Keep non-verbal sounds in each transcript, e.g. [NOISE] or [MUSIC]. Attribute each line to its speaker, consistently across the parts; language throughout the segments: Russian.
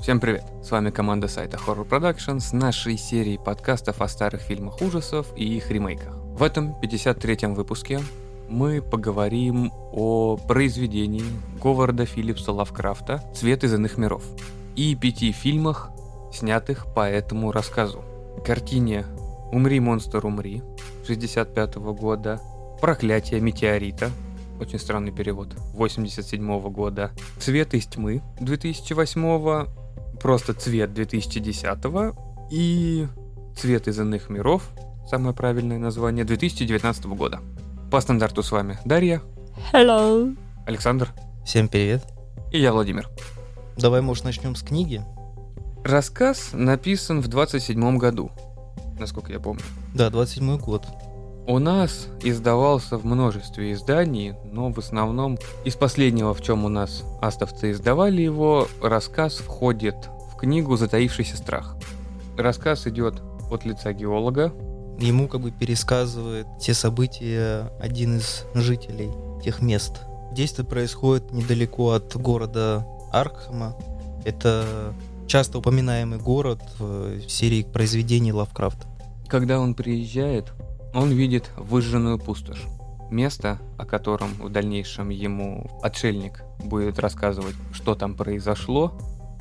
Speaker 1: Всем привет! С вами команда сайта Horror Production с нашей серией подкастов о старых фильмах ужасов и их ремейках. В этом 53-м выпуске мы поговорим о произведении Говарда Филлипса Лавкрафта «Цвет из иных миров» и пяти фильмах, снятых по этому рассказу. Картине «Умри, монстр, умри» 65 года, «Проклятие метеорита» очень странный перевод, 87 года, «Цвет из тьмы» 2008, «Просто цвет» 2010 и «Цвет из иных миров», самое правильное название, 2019 года. По стандарту с вами Дарья,
Speaker 2: Hello.
Speaker 1: Александр
Speaker 3: Всем привет.
Speaker 1: и я, Владимир.
Speaker 3: Давай, может, начнем с книги?
Speaker 1: Рассказ написан в 27 году, насколько я помню.
Speaker 3: Да, 27-й год.
Speaker 1: У нас издавался в множестве изданий, но в основном из последнего, в чем у нас астовцы издавали его, рассказ входит в книгу «Затаившийся страх». Рассказ идет от лица геолога,
Speaker 3: Ему как бы пересказывает те события один из жителей тех мест. Действие происходит недалеко от города Аркхема. Это часто упоминаемый город в серии произведений Лавкрафта.
Speaker 1: Когда он приезжает, он видит выжженную пустошь. Место, о котором в дальнейшем ему отшельник будет рассказывать, что там произошло,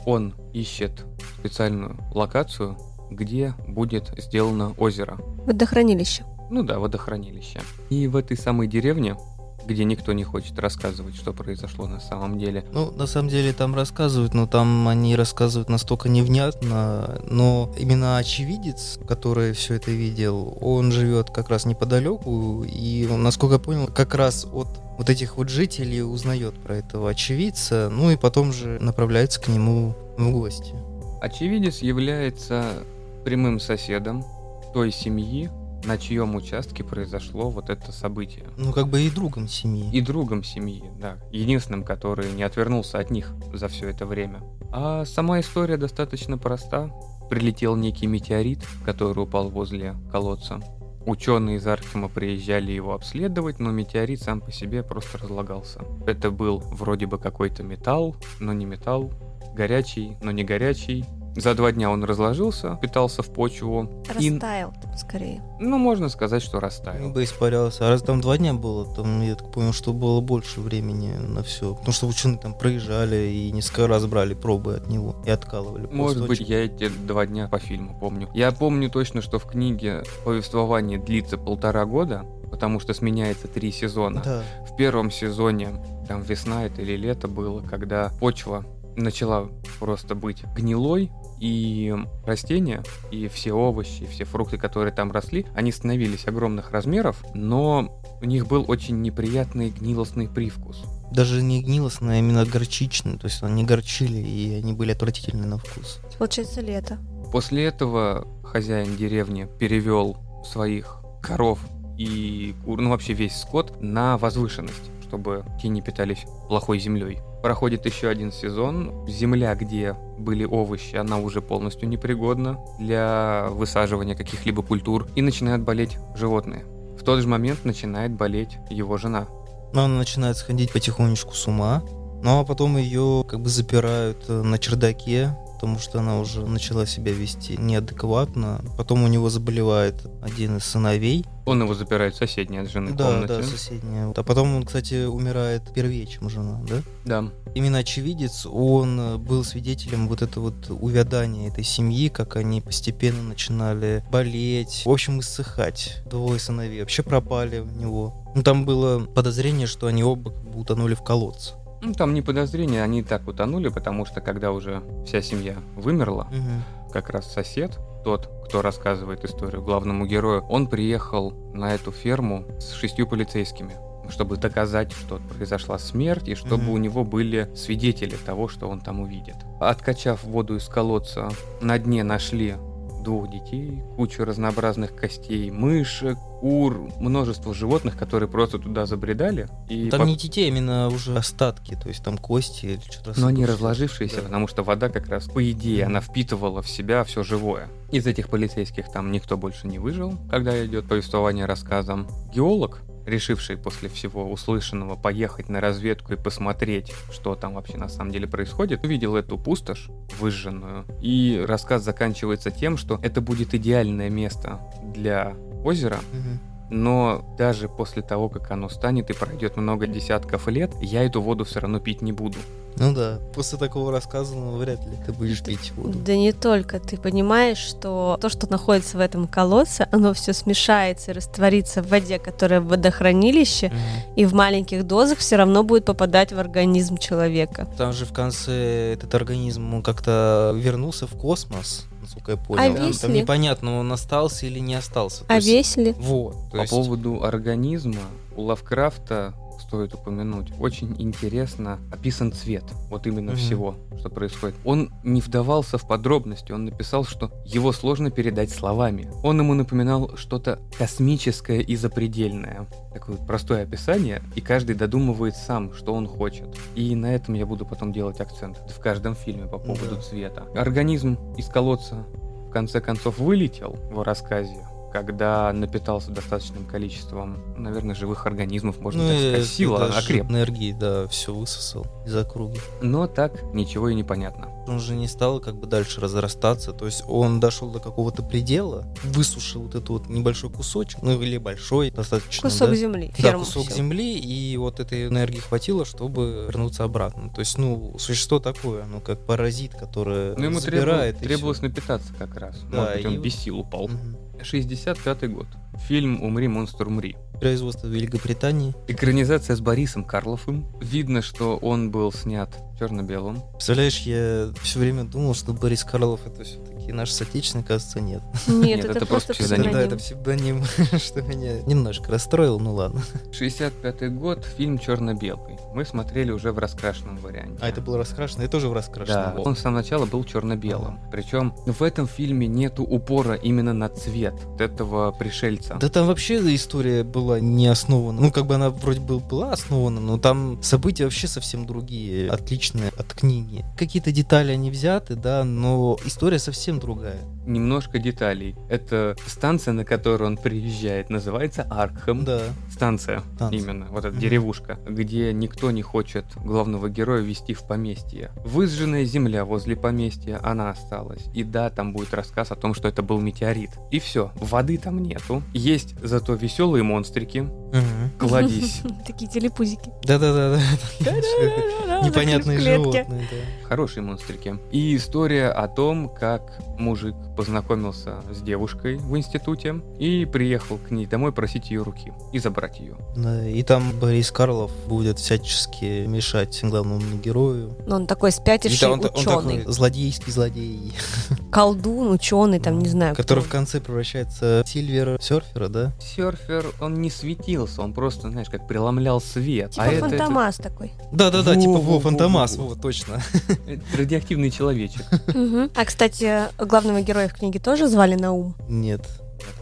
Speaker 1: он ищет специальную локацию, где будет сделано озеро.
Speaker 2: Водохранилище.
Speaker 1: Ну да, водохранилище. И в этой самой деревне, где никто не хочет рассказывать, что произошло на самом деле,
Speaker 3: Ну, на самом деле там рассказывают, но там они рассказывают настолько невнятно, но именно очевидец, который все это видел, он живет как раз неподалеку, и, насколько я понял, как раз от вот этих вот жителей узнает про этого очевидца, ну и потом же направляется к нему в гости.
Speaker 1: очевидец является прямым соседом той семьи, на чьем участке произошло вот это событие.
Speaker 3: Ну, как бы и другом семьи.
Speaker 1: и другом семьи, да, единственным, который не отвернулся от них за все это время. А сама история достаточно проста. Прилетел некий метеорит, который упал возле колодца. Ученые из Архима приезжали его обследовать, но метеорит сам по себе просто разлагался. Это был вроде бы какой-то металл, но не металл, горячий, но не горячий. За два дня он разложился, питался в почву. И-
Speaker 2: Растаял там скорее.
Speaker 1: Ну, можно сказать, что растаял.
Speaker 3: Ну, бы испарялся. А раз там два дня было, там, я так понял, что было больше времени на все. Потому что ученые там проезжали и несколько раз брали пробы от него и откалывали.
Speaker 1: Может быть,
Speaker 3: кусочки.
Speaker 1: я эти два дня по фильму помню. Я помню точно, что в книге повествование длится полтора года, потому что сменяется три сезона.
Speaker 3: Да.
Speaker 1: В первом сезоне, там весна это или лето было, когда почва начала просто быть гнилой, и растения, и все овощи, и все фрукты, которые там росли, они становились огромных размеров, но у них был очень неприятный гнилостный привкус.
Speaker 3: Даже не гнилостные, а именно горчичные. То есть они горчили, и они были отвратительны на вкус.
Speaker 2: Получается лето.
Speaker 1: После этого хозяин деревни перевел своих коров и кур, ну вообще весь скот на возвышенность, чтобы те не питались плохой землей. Проходит еще один сезон. Земля, где были овощи, она уже полностью непригодна для высаживания каких-либо культур. И начинают болеть животные. В тот же момент начинает болеть его жена.
Speaker 3: Но она начинает сходить потихонечку с ума. Ну а потом ее как бы запирают э, на чердаке, потому что она уже начала себя вести неадекватно. Потом у него заболевает один из сыновей.
Speaker 1: Он его запирает в соседней от жены
Speaker 3: Да,
Speaker 1: комнате.
Speaker 3: да, соседняя. А потом он, кстати, умирает первее, чем жена, да?
Speaker 1: да.
Speaker 3: Именно очевидец, он э, был свидетелем вот этого вот увядания этой семьи, как они постепенно начинали болеть, в общем, иссыхать. Двое сыновей вообще пропали у него. Ну, там было подозрение, что они оба как бы утонули в колодце.
Speaker 1: Ну, там не подозрения, они и так утонули, потому что когда уже вся семья вымерла, как раз сосед, тот, кто рассказывает историю главному герою, он приехал на эту ферму с шестью полицейскими, чтобы доказать, что произошла смерть, и чтобы
Speaker 3: Мгм.
Speaker 1: у него были свидетели того, что он там увидит. Откачав воду из колодца, на дне нашли двух детей, кучу разнообразных костей, мышек, кур, множество животных, которые просто туда забредали. И
Speaker 3: Там
Speaker 1: пот-
Speaker 3: не детей, а именно уже остатки, то есть там кости или что-то.
Speaker 1: Но они
Speaker 3: рассыпавшиеся.
Speaker 1: разложившиеся,
Speaker 3: Да.
Speaker 1: потому что вода как раз, по идее,
Speaker 3: Мгм.
Speaker 1: она впитывала в себя все живое. Из этих полицейских там никто больше не выжил, когда идет повествование рассказом. Геолог решивший после всего услышанного поехать на разведку и посмотреть, что там вообще на самом деле происходит, увидел эту пустошь, выжженную, и рассказ заканчивается тем, что это будет идеальное место для озера,
Speaker 3: Мгм.
Speaker 1: но даже после того, как оно станет и пройдет много десятков лет, я эту воду все равно пить не буду.
Speaker 3: Ну да, после такого рассказа ну, вряд ли ты будешь пить воду.
Speaker 2: Да не только. Ты понимаешь, что то, что находится в этом колодце, оно все смешается и растворится в воде, которая в водохранилище,
Speaker 3: Мгм.
Speaker 2: и в маленьких дозах все равно будет попадать в организм человека.
Speaker 3: Там же в конце этот организм, он как-то вернулся в космос, насколько я понял.
Speaker 2: А весь
Speaker 3: там
Speaker 2: ли?
Speaker 3: непонятно, он остался или не остался. То
Speaker 2: А
Speaker 3: есть-
Speaker 2: весь ли?
Speaker 3: Вот.
Speaker 1: По
Speaker 3: то есть-
Speaker 1: поводу организма у Лавкрафта стоит упомянуть. Очень интересно описан цвет вот именно
Speaker 3: Мгм.
Speaker 1: всего, что происходит. Он не вдавался в подробности, он написал, что его сложно передать словами. Он ему напоминал что-то космическое и запредельное. Такое вот простое описание, и каждый додумывает сам, что он хочет. И на этом я буду потом делать акцент в каждом фильме по поводу
Speaker 3: Да.
Speaker 1: цвета. Организм из колодца в конце концов вылетел в рассказе, когда напитался достаточным количеством, наверное, живых организмов, можно
Speaker 3: Ну,
Speaker 1: так
Speaker 3: и
Speaker 1: сказать, э, сила
Speaker 3: даже
Speaker 1: окреп.
Speaker 3: Энергии, да, все высосал из округи.
Speaker 1: Но так ничего и не понятно.
Speaker 3: Он же не стал как бы дальше разрастаться, то есть он дошел до какого-то предела, высушил вот этот вот небольшой кусочек, ну или большой достаточно,
Speaker 2: Кусок
Speaker 3: Ну да?
Speaker 2: земли.
Speaker 3: Да,
Speaker 2: Ферму
Speaker 3: кусок
Speaker 2: всё.
Speaker 3: земли, и вот этой энергии хватило, чтобы вернуться обратно. То есть, ну, существо такое, оно как паразит, которое
Speaker 1: Но Ну, ему требу-
Speaker 3: забирает и
Speaker 1: требовалось
Speaker 3: всё.
Speaker 1: напитаться как раз.
Speaker 3: Да,
Speaker 1: Может быть, он
Speaker 3: и-
Speaker 1: без сил упал.
Speaker 3: Мгм.
Speaker 1: 65-й год. Фильм «Умри, монстр, умри».
Speaker 3: Производство в Великобритании.
Speaker 1: Экранизация с Борисом Карловым. Видно, что он был снят черно-белым.
Speaker 3: Представляешь, я все время думал, что Борис Карлов это все-таки наш соотечественник, а оказывается, нет.
Speaker 2: Нет, это просто
Speaker 3: Да,
Speaker 1: псевдоним.
Speaker 2: псевдоним.
Speaker 3: это псевдоним, [LAUGHS] что меня немножко расстроил, ну ладно.
Speaker 1: 65-й год. Фильм черно-белый. Мы смотрели уже в раскрашенном варианте.
Speaker 3: А это было раскрашено, я тоже в
Speaker 1: Да,
Speaker 3: раскрашенном.
Speaker 1: он с самого начала был черно-белым. Причем в этом фильме нету упора именно на цвет вот этого пришельца.
Speaker 3: Да там вообще история была не основана. Ну, как бы она вроде бы была основана, но там события вообще совсем другие, отличные от книги. Какие-то детали они взяты, да, но история совсем другая.
Speaker 1: Немножко деталей. Это станция, на которую он приезжает, называется Аркхэм.
Speaker 3: Да.
Speaker 1: Станция,
Speaker 3: Станция.
Speaker 1: именно, вот эта
Speaker 3: Мгм.
Speaker 1: деревушка, где никто не хочет главного героя вести в поместье. Выжженная земля возле поместья, она осталась. И да, там будет рассказ о том, что это был метеорит. И все, воды там нету. Есть зато веселые монстрики. Кладись.
Speaker 2: Такие
Speaker 3: [LAUGHS]
Speaker 2: телепузики.
Speaker 3: Да-да-да. да. Непонятные
Speaker 2: Закрыв клетки.
Speaker 3: животные, да.
Speaker 1: Хорошие монстрики. И история о том, как мужик познакомился с девушкой в институте и приехал к ней домой просить ее руки и забрать ее.
Speaker 3: Да, И там Борис Карлов будет всячески мешать главному герою.
Speaker 2: Но он такой
Speaker 3: И
Speaker 2: спятивший
Speaker 3: да, он, та- он
Speaker 2: ученый.
Speaker 3: такой злодейский злодей.
Speaker 2: Колдун, ученый, там, не знаю. кто
Speaker 3: Который в
Speaker 2: он.
Speaker 3: конце превращается в Сильвер-серфера, да?
Speaker 1: Серфер, он не светился, он просто, знаешь, как преломлял свет.
Speaker 2: Типа
Speaker 1: А это-
Speaker 2: фантомас такой.
Speaker 3: Да-да-да, типа
Speaker 1: Во-во-во-во.
Speaker 3: Во, Фантомас, во, точно.
Speaker 1: это- это радиоактивный человечек.
Speaker 2: Мгм. А, кстати, главного героя в книге тоже звали Наум. [LAUGHS]
Speaker 3: Нет,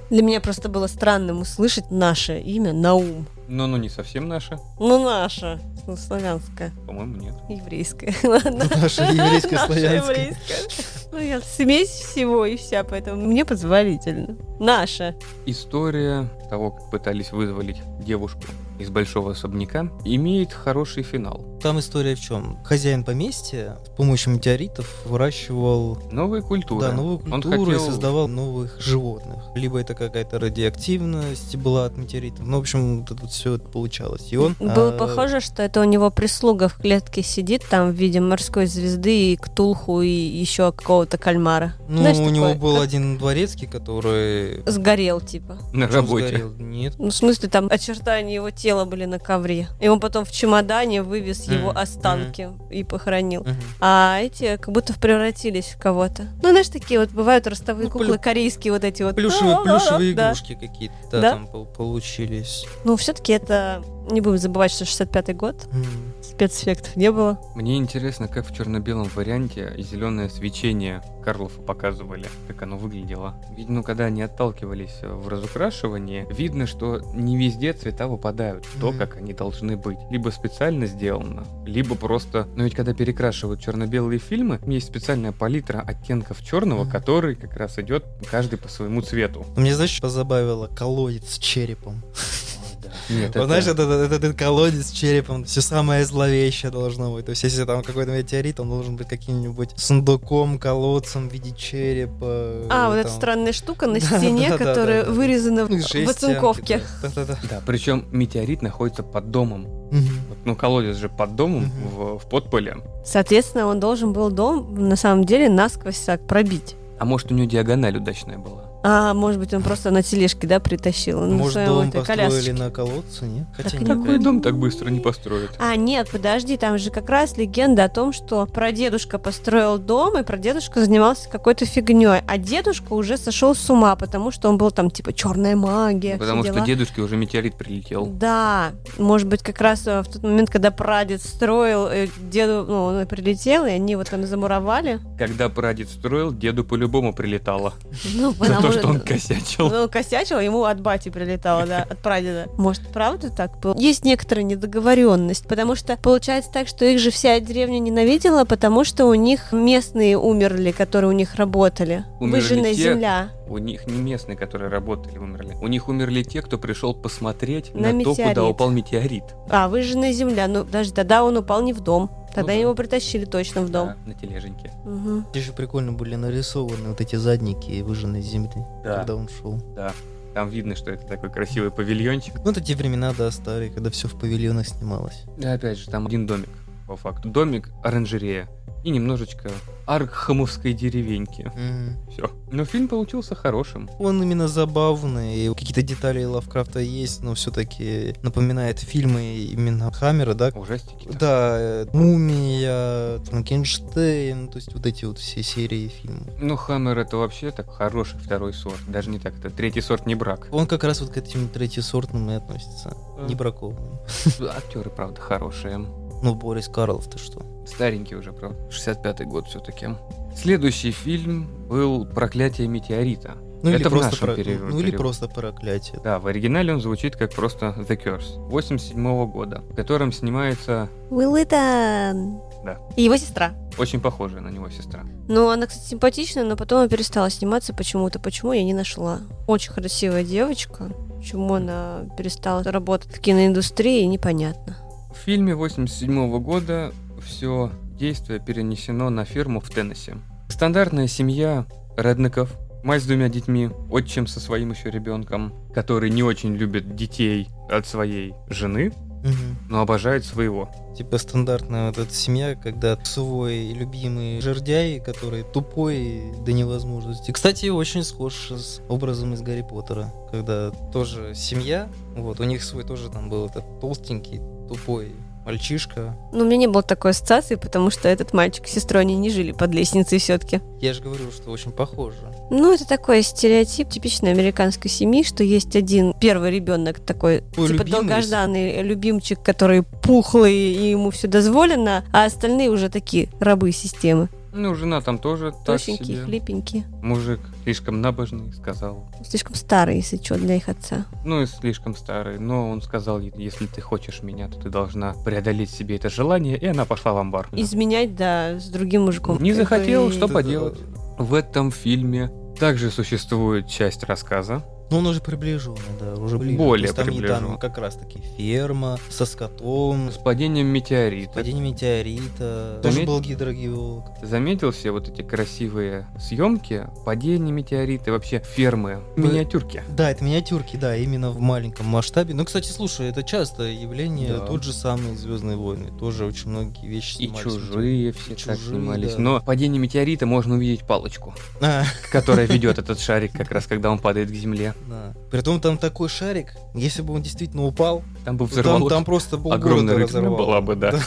Speaker 2: Для меня просто было странным услышать наше имя Наум.
Speaker 1: Но ну не совсем наше.
Speaker 2: Ну, наше. Ну, славянское,
Speaker 1: По-моему, нет.
Speaker 2: еврейское. [LAUGHS] Ладно.
Speaker 3: Наше еврейское,
Speaker 2: Наше
Speaker 3: славянское.
Speaker 2: еврейское. Ну, я смесь всего и вся, поэтому мне позволительно. Наше.
Speaker 1: История того, как пытались вызволить девушку из большого особняка, имеет хороший финал.
Speaker 3: Там история в чем? Хозяин поместья с помощью метеоритов выращивал
Speaker 1: Новая культура.
Speaker 3: да, новую
Speaker 1: Он
Speaker 3: культуру и
Speaker 1: хотел-
Speaker 3: создавал новых животных. Либо это какая-то радиоактивность была от метеоритов. Ну, в общем, вот это все получалось. И он...
Speaker 2: Было
Speaker 3: а,
Speaker 2: похоже, что это у него прислуга в клетке сидит там в виде морской звезды и ктулху и еще какого-то кальмара.
Speaker 3: Ну,
Speaker 2: Знаешь,
Speaker 3: у него
Speaker 2: такое?
Speaker 3: был один дворецкий, который...
Speaker 2: Сгорел, типа.
Speaker 1: На
Speaker 3: Почему
Speaker 1: работе.
Speaker 3: сгорел? Нет.
Speaker 2: Ну, в смысле, там очертания его тела были на ковре. И он потом в чемодане вывез его
Speaker 3: Мгм,
Speaker 2: останки и похоронил.
Speaker 3: Мгм.
Speaker 2: А эти как будто превратились в кого-то. Ну, знаешь, такие вот бывают ростовые
Speaker 3: Ну,
Speaker 2: куклы,
Speaker 3: плю-
Speaker 2: корейские вот эти вот.
Speaker 3: Плюшевые,
Speaker 2: Да-да-да,
Speaker 3: плюшевые
Speaker 2: да.
Speaker 3: игрушки какие-то да,
Speaker 2: Да.
Speaker 3: там пол- получились.
Speaker 2: Ну, все-таки это... Не будем забывать, что 65-й год,
Speaker 3: М.
Speaker 2: спецэффектов не было.
Speaker 1: Мне интересно, как в черно-белом варианте зеленое свечение Карлова показывали, как оно выглядело. Ведь, ну, когда они отталкивались э, в разукрашивании, видно, что не везде цвета выпадают то,
Speaker 3: Мгм.
Speaker 1: как они должны быть. Либо специально сделано, либо просто... Но ведь когда перекрашивают черно-белые фильмы, есть специальная палитра оттенков черного,
Speaker 3: Мгм.
Speaker 1: который как раз идет каждый по своему цвету.
Speaker 3: Мне, знаешь, позабавило колодец с черепом.
Speaker 1: да. Нет,
Speaker 3: Вот Знаешь, этот, этот- этот колодец с черепом, все самое зловещее должно быть. То есть, если там какой-то метеорит, он должен быть каким-нибудь сундуком, колодцем в виде черепа.
Speaker 2: А, вот
Speaker 3: Э, ну, там.
Speaker 2: эта странная штука на
Speaker 3: [LAUGHS] Да,
Speaker 2: стене,
Speaker 3: да, да,
Speaker 2: которая
Speaker 3: да, да.
Speaker 2: вырезана в-
Speaker 3: Ну, шесть
Speaker 2: в оцинковке.
Speaker 3: стенки, да. Да-да-да.
Speaker 1: Да, причем метеорит находится под домом.
Speaker 3: Мгм.
Speaker 1: Вот, Ну, колодец же под домом
Speaker 3: Мгм.
Speaker 1: в, в подполе.
Speaker 2: Соответственно, он должен был дом на самом деле насквозь так пробить.
Speaker 1: А может, у него диагональ удачная была?
Speaker 2: А может быть, он просто на тележке, да, притащил? Он на
Speaker 3: Может,
Speaker 2: своем
Speaker 3: дом
Speaker 2: этой
Speaker 3: построили
Speaker 2: колясочке.
Speaker 3: на колодце, нет? Хотя
Speaker 2: Так
Speaker 3: нет.
Speaker 2: нет.
Speaker 1: Такой дом так быстро не построит.
Speaker 2: А, нет, подожди, там же как раз легенда о том, что прадедушка построил дом, и прадедушка занимался какой-то фигней, а дедушка уже сошел с ума, потому что он был там, типа, черная магия,
Speaker 1: Потому
Speaker 2: все
Speaker 1: что
Speaker 2: дела.
Speaker 1: дедушке уже метеорит прилетел.
Speaker 2: Да, может быть, как раз э, в тот момент, когда прадед строил, э, к деду, ну, он и прилетел, и они вот там замуровали.
Speaker 1: Когда прадед строил, деду по-любому прилетало.
Speaker 2: Ну,
Speaker 1: За [LAUGHS]
Speaker 2: потому
Speaker 1: то, что он косячил.
Speaker 2: Ну, косячил, ему от бати прилетало, да, от прадеда. Может, правда так было? Есть некоторая недоговоренность, потому что получается так, что их же вся деревня ненавидела, потому что у них местные умерли, которые у них работали.
Speaker 1: Умерли
Speaker 2: Выжженная
Speaker 1: те,
Speaker 2: земля.
Speaker 1: У них не местные, которые работали, умерли. У них умерли те, кто пришел посмотреть
Speaker 2: На
Speaker 1: на, то,
Speaker 2: метеорит.
Speaker 1: куда упал метеорит.
Speaker 2: А, выжженная земля. Ну, даже тогда он упал не в дом. Тогда
Speaker 1: Ну да.
Speaker 2: его притащили точно в дом.
Speaker 1: Да, на тележеньке.
Speaker 2: Мгм.
Speaker 3: Здесь же прикольно были нарисованы вот эти задники выжженной земли,
Speaker 1: Да.
Speaker 3: когда он шел.
Speaker 1: Там видно, что это такой красивый павильончик.
Speaker 3: Ну, это те времена, да, старые, когда все в павильонах снималось.
Speaker 1: Да, опять же, там один домик, по факту. Домик, оранжерея и немножечко аркхамовской деревеньки.
Speaker 3: Мгм.
Speaker 1: Все. Но фильм получился хорошим.
Speaker 3: Он именно забавный, и какие-то детали Лавкрафта есть, но все-таки напоминает фильмы именно Хаммера, да?
Speaker 1: Ужастики.
Speaker 3: Да, э, Мумия, Франкенштейн, то есть вот эти вот все серии фильмов.
Speaker 1: Ну, Хаммер это вообще так хороший второй сорт. Даже не так, это третий сорт не брак.
Speaker 3: Он как раз вот к этим третьесортным и относится,
Speaker 1: Э.
Speaker 3: не бракованным.
Speaker 1: Ну, Актеры, правда, хорошие.
Speaker 3: Ну, Борис Карлов, ты что?
Speaker 1: Старенький уже, правда. 65-й год все-таки. Следующий фильм был «Проклятие метеорита».
Speaker 3: Ну,
Speaker 1: Это в
Speaker 3: просто
Speaker 1: нашем периоде.
Speaker 3: Ну, или просто проклятие.
Speaker 1: Да, в оригинале он звучит как просто The Curse. 87 года, в котором снимается
Speaker 2: Уилл Итан.
Speaker 1: Да.
Speaker 2: И его сестра.
Speaker 1: очень похожая на него сестра.
Speaker 2: Ну, она, кстати, симпатичная, но потом она перестала сниматься почему-то. Почему я не нашла? Очень красивая девочка. Почему она перестала работать в киноиндустрии, непонятно.
Speaker 1: В фильме 87 года все действие перенесено на ферму в Теннесси. Стандартная семья Редников, мать с двумя детьми, отчим со своим еще ребенком, который не очень любит детей от своей жены,
Speaker 3: Мгм.
Speaker 1: но обожает своего.
Speaker 3: Типа стандартная вот эта семья, когда свой любимый жердяй, который тупой до невозможности. Кстати, очень схож с образом из Гарри Поттера, когда тоже семья, вот, у них свой тоже там был этот толстенький, тупой мальчишка.
Speaker 2: Но у меня не было такой ассоциации, потому что этот мальчик с сестрой, они не жили под лестницей все-таки.
Speaker 3: Я же говорю, что очень похоже.
Speaker 2: Ну, это такой стереотип типичной американской семьи, что есть один первый ребенок такой,
Speaker 3: Ой,
Speaker 2: типа
Speaker 3: любимый.
Speaker 2: долгожданный любимчик, который пухлый, и ему все дозволено, а остальные уже такие рабы системы.
Speaker 1: Ну, жена там тоже так
Speaker 2: Тощенькие,
Speaker 1: себе.
Speaker 2: хлипенькие.
Speaker 1: Мужик слишком набожный, сказал.
Speaker 2: Слишком старый, если что, для их отца.
Speaker 1: Ну и слишком старый, но он сказал, ей, если ты хочешь меня, то ты должна преодолеть себе это желание, и она пошла в амбар.
Speaker 2: Изменять, да, с другим мужиком.
Speaker 1: Не захотел,
Speaker 3: и
Speaker 1: что
Speaker 3: это-
Speaker 1: поделать. В этом фильме также существует часть рассказа.
Speaker 3: Ну, он уже приближенный, да, уже ближе.
Speaker 1: Более
Speaker 3: То есть там, и-
Speaker 1: приближенный.
Speaker 3: там как раз-таки ферма со скотом,
Speaker 1: С падением метеорита.
Speaker 3: падение метеорита. Тоже
Speaker 1: Заметь-
Speaker 3: был гидрогеолог.
Speaker 1: Ты заметил все вот эти красивые съемки? Падение метеорита, вообще фермы,
Speaker 3: Вы-
Speaker 1: миниатюрки.
Speaker 3: Да, это миниатюрки, да, именно в маленьком масштабе. Ну, кстати, слушай, это частое явление.
Speaker 1: Да.
Speaker 3: Тот же самый Звездные войны. Тоже очень многие вещи
Speaker 1: И
Speaker 3: снимались.
Speaker 1: чужие все
Speaker 3: И
Speaker 1: так
Speaker 3: «Чужие»,
Speaker 1: снимались.
Speaker 3: да.
Speaker 1: Но падение метеорита можно увидеть палочку,
Speaker 3: А,
Speaker 1: которая ведет этот шарик как раз, когда он падает к земле.
Speaker 3: да. Притом там такой шарик, если бы он действительно упал,
Speaker 1: Там бы
Speaker 3: то Ну, там,
Speaker 1: взорвалось.
Speaker 3: там просто
Speaker 1: огромная
Speaker 3: полгорода
Speaker 1: рытвина
Speaker 3: разорвало.
Speaker 1: была бы, да.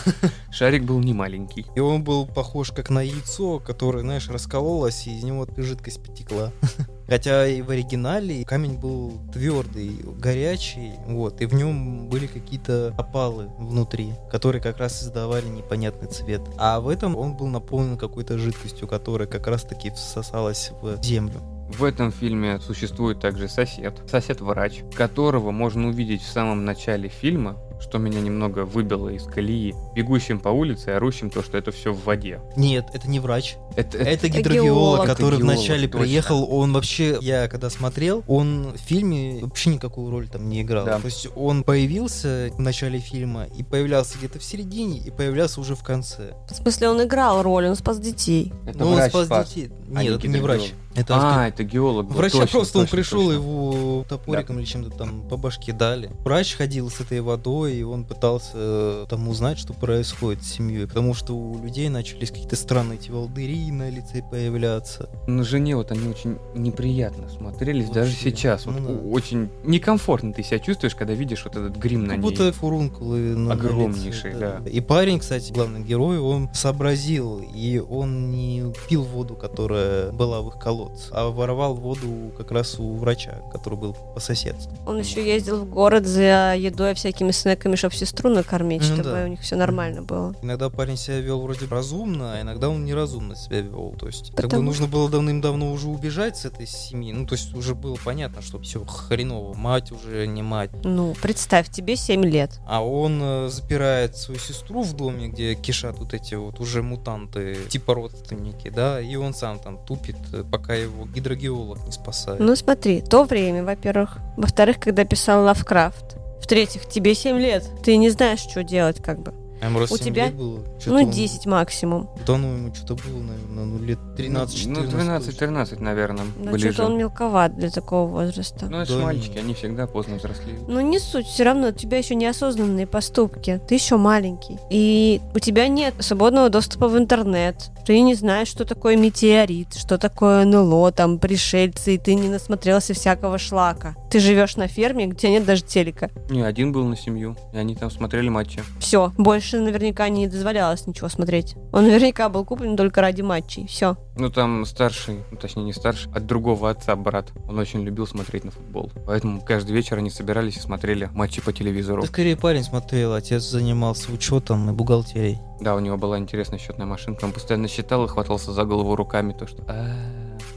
Speaker 1: Шарик был не маленький.
Speaker 3: И он был похож как на яйцо, которое, знаешь, раскололось, и из него жидкость потекла. [LAUGHS] Хотя и в оригинале камень был твердый, горячий, вот, и в нем были какие-то опалы внутри, которые как раз издавали непонятный цвет. А в этом он был наполнен какой-то жидкостью, которая как раз-таки всосалась в землю.
Speaker 1: В этом фильме существует также сосед, сосед-врач, которого можно увидеть в самом начале фильма, что меня немного выбило из колеи, бегущим по улице и орущим то, что это все в воде.
Speaker 3: Нет, это не врач.
Speaker 1: Это, это-
Speaker 3: Это
Speaker 2: геолог.
Speaker 3: гидрогеолог, который
Speaker 1: Это
Speaker 3: вначале
Speaker 1: геолог, точно.
Speaker 3: приехал, он вообще, я когда смотрел, он в фильме вообще никакую роль там не играл.
Speaker 1: Да.
Speaker 3: То есть он появился в начале фильма и появлялся где-то в середине и появлялся уже в конце.
Speaker 2: В смысле, он играл роль, он спас детей.
Speaker 1: это
Speaker 3: Но он
Speaker 1: врач
Speaker 3: спас
Speaker 1: спас.
Speaker 3: детей.
Speaker 1: а не
Speaker 3: Нет, это не
Speaker 1: гидрогеолог.
Speaker 3: врач. Это авто-
Speaker 1: А, это геолог. был,
Speaker 3: Врача
Speaker 1: точно,
Speaker 3: просто он
Speaker 1: точно,
Speaker 3: пришел,
Speaker 1: точно.
Speaker 3: его топориком или чем-то там по башке дали. Врач ходил с этой водой, и он пытался э, там узнать, что происходит с семьей, потому что у людей начались какие-то странные эти волдыри на лице появляться.
Speaker 1: На жене вот они очень неприятно смотрелись, даже
Speaker 3: Вообще.
Speaker 1: сейчас. Вот
Speaker 3: Ну да.
Speaker 1: о- Очень некомфортно ты себя чувствуешь, когда видишь вот этот грим на
Speaker 3: Как
Speaker 1: ней.
Speaker 3: будто фурункулы на- на лице,
Speaker 1: Огромнейшие, да.
Speaker 3: И парень, кстати, главный герой, он сообразил, и он не пил воду, которая была в их колодце, а воровал воду как раз у врача, который был по соседству.
Speaker 2: Он еще ездил в город за едой, всякими снеками, чтобы сестру накормить,
Speaker 3: Ну
Speaker 2: чтобы
Speaker 3: да.
Speaker 2: у них все нормально было.
Speaker 3: Иногда парень себя вел вроде разумно, а иногда он неразумно себя вел. То есть, как
Speaker 2: Потому
Speaker 3: бы нужно было давным-давно уже убежать с этой семьи. Ну, то есть, уже было понятно, что все хреново. Мать уже не мать.
Speaker 2: Ну, представь, тебе 7 лет.
Speaker 3: А он э, запирает свою сестру в доме, где кишат вот эти вот уже мутанты, типа родственники, да, и он сам там тупит, э, пока его гидрогеолог не спасает.
Speaker 2: Ну, смотри, то время, во-первых. Во-вторых, когда писал Лавкрафт. В-третьих, тебе 7 лет. Ты не знаешь, что делать, как бы.
Speaker 3: А ему раз
Speaker 2: у
Speaker 3: семь
Speaker 2: тебя-
Speaker 3: лет было? Чё-то
Speaker 2: Ну,
Speaker 3: он-
Speaker 2: 10 максимум.
Speaker 3: Да ну, ему что-то было, наверное, ну, лет 13-14.
Speaker 1: Ну, 12-13, наверное,
Speaker 2: Но
Speaker 1: были
Speaker 2: что-то
Speaker 1: же.
Speaker 2: Ну, он мелковат для такого возраста.
Speaker 1: Ну, это ж
Speaker 3: Да
Speaker 1: мальчики,
Speaker 3: не.
Speaker 1: они всегда поздно взрослеют.
Speaker 2: Ну, не суть, все равно у тебя еще неосознанные поступки, ты еще маленький. И у тебя нет свободного доступа в интернет. Ты не знаешь, что такое метеорит, что такое НЛО, там, пришельцы, и ты не насмотрелся всякого шлака. Ты живешь на ферме, где нет даже телека.
Speaker 1: Не, один был на семью, и они там смотрели матчи.
Speaker 2: Все, больше наверняка не дозволялось ничего смотреть. Он наверняка был куплен только ради матчей. Все.
Speaker 1: Ну, там старший, ну, точнее, не старший, от другого отца брат. Он очень любил смотреть на футбол. Поэтому каждый вечер они собирались и смотрели матчи по телевизору.
Speaker 3: Да скорее парень смотрел, отец занимался учетом и бухгалтерией.
Speaker 1: Да, у него была интересная счетная машинка. Он постоянно считал и хватался за голову руками. То, что... «А-а-а».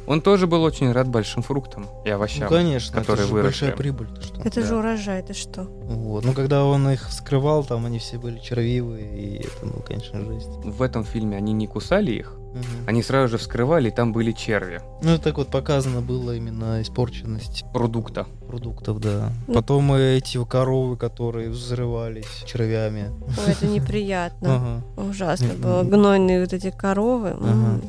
Speaker 1: Он тоже был очень рад большим фруктам и
Speaker 3: Ну,
Speaker 1: овощам.
Speaker 3: конечно,
Speaker 1: которые
Speaker 3: это же
Speaker 1: выросли.
Speaker 3: большая прибыль. то что.
Speaker 2: Это
Speaker 1: Да.
Speaker 2: же урожай, ты что?
Speaker 3: Вот. Ну, когда он их вскрывал, там они все были червивые, и это, ну, конечно, жесть.
Speaker 1: В этом фильме они не кусали их,
Speaker 3: Мгм.
Speaker 1: они сразу же вскрывали, и там были черви
Speaker 3: Ну, так вот показана была именно испорченность
Speaker 1: продукта.
Speaker 3: продуктов, да.
Speaker 2: Ну.
Speaker 3: Потом эти коровы, которые взрывались червями.
Speaker 2: Ой, это неприятно.
Speaker 3: Ага.
Speaker 2: Ужасно
Speaker 3: Мгм.
Speaker 2: было. Гнойные вот эти коровы. М.
Speaker 3: Ага.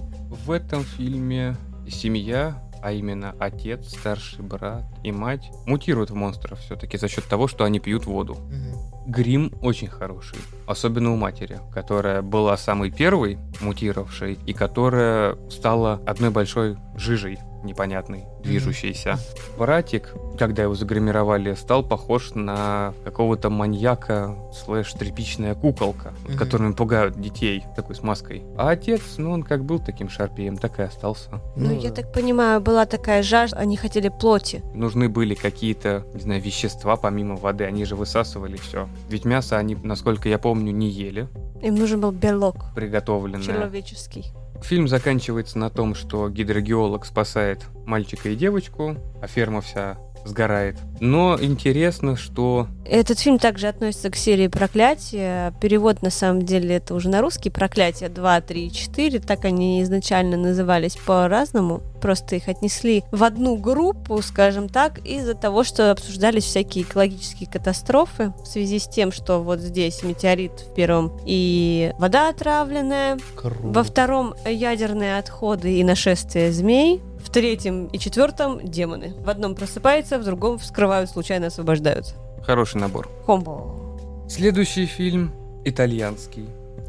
Speaker 1: В этом фильме семья, а именно отец, старший брат и мать, мутируют в монстров все-таки за счет того, что они пьют воду.
Speaker 3: Мгм.
Speaker 1: Грим очень хороший, особенно у матери, которая была самой первой мутировавшей и которая стала одной большой жижей непонятной, движущейся. Братик, когда его загримировали, стал похож на какого-то маньяка слэш тряпичная куколка, вот
Speaker 3: Мгм.
Speaker 1: которыми пугают детей, такой с маской. А отец, ну он как был таким шарпием, так и остался.
Speaker 2: Ну,
Speaker 3: Ну
Speaker 2: я
Speaker 3: да.
Speaker 2: так понимаю, была такая жажда, они хотели плоти.
Speaker 1: Нужны были какие-то, не знаю, вещества помимо воды, они же высасывали все. Ведь мясо они, насколько я помню, не ели,
Speaker 2: Им нужен был белок
Speaker 1: приготовленное.
Speaker 2: человеческий.
Speaker 1: Фильм заканчивается на том, что гидрогеолог спасает мальчика и девочку, а ферма вся сгорает. Но интересно, что
Speaker 2: Этот фильм также относится к серии «Проклятие». Перевод, на самом деле, это уже на русский. «Проклятие 2, 3, 4». Так они изначально назывались по-разному. Просто их отнесли в одну группу, скажем так, из-за того, что обсуждались всякие экологические катастрофы в связи с тем, что вот здесь метеорит в первом и вода отравленная,
Speaker 3: Коровы.
Speaker 2: Во втором э, ядерные отходы и нашествие змей. В третьем и четвертом демоны. В одном просыпается, в другом вскрывают, случайно освобождаются.
Speaker 1: хороший набор.
Speaker 2: Комбо.
Speaker 1: Следующий фильм итальянский.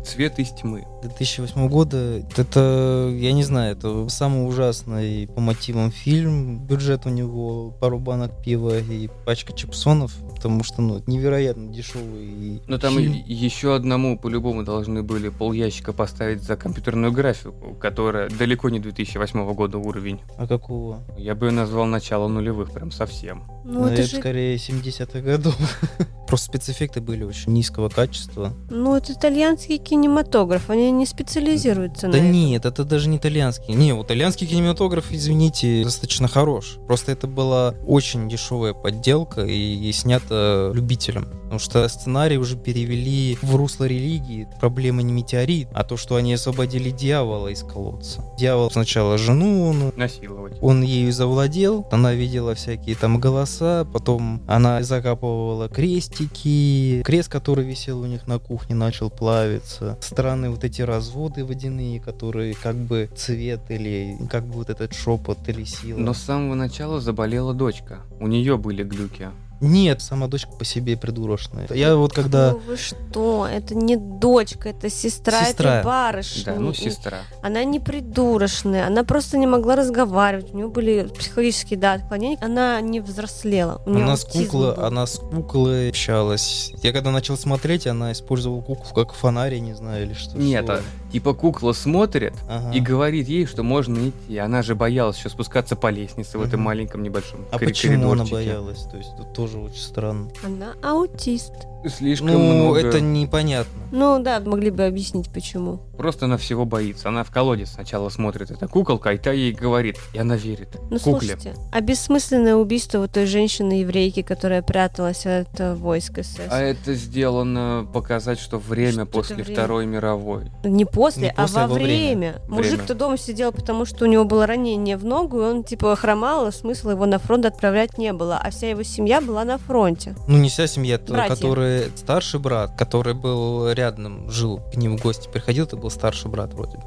Speaker 1: Цвет из тьмы.
Speaker 3: 2008 года. Это, я не знаю, это самый ужасный по мотивам фильм. Бюджет у него пару банок пива и пачка чипсонов, потому что, ну, это невероятно дешевый
Speaker 1: Но Ну, там
Speaker 3: фильм.
Speaker 1: и- еще одному по-любому должны были пол ящика поставить за компьютерную графику, которая далеко не 2008 года уровень.
Speaker 3: А какого?
Speaker 1: Я бы ее назвал начало нулевых, прям совсем.
Speaker 2: Ну,
Speaker 3: Ну,
Speaker 2: это
Speaker 3: это
Speaker 2: же
Speaker 3: скорее 70-х годов. [LAUGHS] Просто спецэффекты были очень низкого качества.
Speaker 2: Ну, это итальянский кинематограф, они не специализируются
Speaker 3: да
Speaker 2: на этом.
Speaker 3: нет, это даже не итальянский. Не, вот итальянский кинематограф, извините, достаточно хорош. Просто это была очень дешевая подделка и, и снято любителям. Потому что сценарий уже перевели в русло религии. Проблема не метеорит, а то, что они освободили дьявола из колодца. Дьявол сначала жену он
Speaker 1: Насиловать.
Speaker 3: он ею завладел, она видела всякие там голоса, потом она закапывала крестики, крест, который висел у них на кухне, начал плавиться. Странные вот эти разводы водяные, которые как бы цвет или как бы вот этот шепот или сила.
Speaker 1: Но с самого начала заболела дочка. У нее были глюки.
Speaker 3: Нет, сама дочка по себе придурочная. Я вот когда...
Speaker 2: Ну вы что, это не дочка, это сестра,
Speaker 3: Сестра.
Speaker 2: этой барышни.
Speaker 1: Да, ну
Speaker 2: И
Speaker 1: сестра.
Speaker 2: Она не придурочная, она просто не могла разговаривать, у нее были психологические, да, отклонения, она не взрослела. Ну, У неё
Speaker 3: Она с,
Speaker 2: аутизм
Speaker 3: куклой,
Speaker 2: был.
Speaker 3: она с куклой общалась. Я когда начал смотреть, она использовала куклу как фонарь, я не знаю, или что.
Speaker 1: Нет,
Speaker 3: что. А.
Speaker 1: а типа кукла смотрит
Speaker 3: Ага.
Speaker 1: и говорит ей, что можно идти. Она же боялась еще спускаться по лестнице в этом
Speaker 3: Мгм.
Speaker 1: маленьком небольшом
Speaker 3: А
Speaker 1: кори-
Speaker 3: почему она
Speaker 1: коридорчике.
Speaker 3: боялась? То есть тут тоже очень странно.
Speaker 2: Она аутист.
Speaker 1: Слишком
Speaker 3: ну,
Speaker 1: много.
Speaker 3: это непонятно.
Speaker 2: Ну да, могли бы объяснить, почему.
Speaker 1: Просто она всего боится. Она в колодец сначала смотрит, эта куколка, и та ей говорит. И она верит.
Speaker 2: Ну
Speaker 1: Кукле.
Speaker 2: слушайте, а бессмысленное убийство вот той женщины-еврейки, которая пряталась от э, войск СС.
Speaker 1: А это сделано показать, что
Speaker 2: Что
Speaker 1: время
Speaker 2: это
Speaker 1: после
Speaker 2: время?
Speaker 1: Второй мировой.
Speaker 2: Не после,
Speaker 3: Не после,
Speaker 2: а
Speaker 3: а
Speaker 2: во
Speaker 3: во
Speaker 2: время. Мужик-то дома сидел, потому что у него было ранение в ногу, и он типа хромал, и смысла его на фронт отправлять не было. А вся его семья была на фронте.
Speaker 3: Ну, не вся семья, то,
Speaker 2: Братья.
Speaker 3: который старший брат, который был рядом, жил к ним в гости, приходил, это был старший брат вроде бы.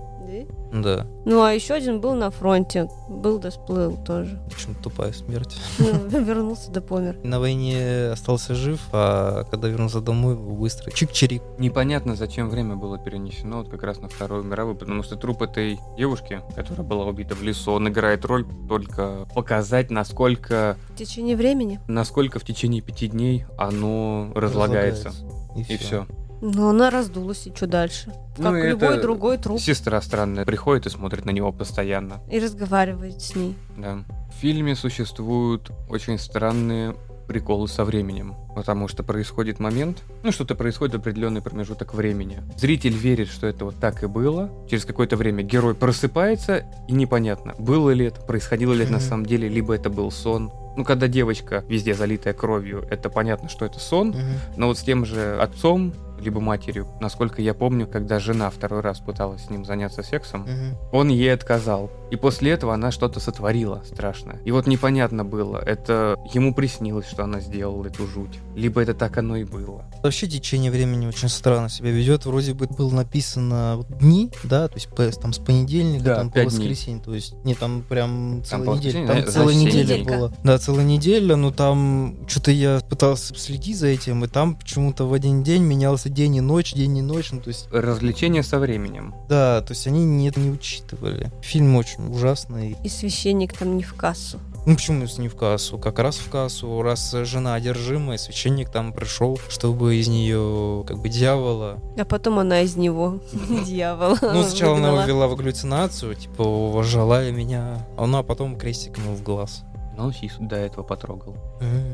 Speaker 3: Да,
Speaker 2: Ну а еще один был на фронте. Был да сплыл тоже.
Speaker 3: очень тупая смерть.
Speaker 2: Ну, [LAUGHS] Вернулся да помер.
Speaker 3: На войне остался жив, а когда вернулся домой, его быстро чик-чирик.
Speaker 1: Непонятно, зачем время было перенесено вот как раз на Вторую мировую, потому что труп этой девушки, которая была убита в лесу, он играет роль только показать, насколько,
Speaker 2: В течение времени.
Speaker 1: насколько в течение пяти дней оно разлагается. И все.
Speaker 2: Но она раздулась, и что дальше? Как
Speaker 1: Ну, и
Speaker 2: любой
Speaker 1: это
Speaker 2: другой труп.
Speaker 1: Сестра странная приходит и смотрит на него постоянно.
Speaker 2: И разговаривает с ней.
Speaker 1: Да. В фильме существуют очень странные приколы со временем, потому что происходит момент, ну что-то происходит в определенный промежуток времени. Зритель верит, что это вот так и было. Через какое-то время герой просыпается, и непонятно, было ли это, происходило ли это на
Speaker 3: Мгм.
Speaker 1: самом деле, либо это был сон. Ну, когда девочка везде залитая кровью, это понятно, что это сон, но вот с тем же отцом, либо матерью, насколько я помню, когда жена второй раз пыталась с ним заняться сексом, он ей отказал. И после этого она что-то сотворила страшное. И вот непонятно было, это ему приснилось, что она сделала эту жуть. Либо это так оно и было.
Speaker 3: Вообще течение времени очень странно себя ведет. Вроде бы было написано вот дни, да, то есть п- там с понедельника,
Speaker 1: Да,
Speaker 3: там по
Speaker 1: пять дней.
Speaker 3: воскресенье, то есть не там прям
Speaker 1: по
Speaker 3: целая неделя,
Speaker 1: воскресенье,
Speaker 3: там
Speaker 1: да,
Speaker 3: целая
Speaker 1: за
Speaker 3: неделя
Speaker 2: семь дней.
Speaker 3: была. Да, целая неделя, но там что-то я пытался следить за этим, и там почему-то в один день менялся день и ночь, день и ночь, ну то есть
Speaker 1: Развлечение со временем.
Speaker 3: да, то есть они не, не учитывали. Фильм очень ужасный.
Speaker 2: И священник там не в кассу.
Speaker 3: Ну почему если не в кассу? Как раз в кассу, раз жена одержимая, священник там пришел, чтобы из нее как бы дьявола
Speaker 2: А потом она из него [LAUGHS] дьявола.
Speaker 3: Ну, сначала она
Speaker 2: выгнала.
Speaker 3: его ввела в галлюцинацию, типа, уважала меня, а она потом крестик ему в глаз.
Speaker 1: Но он сису до этого потрогал.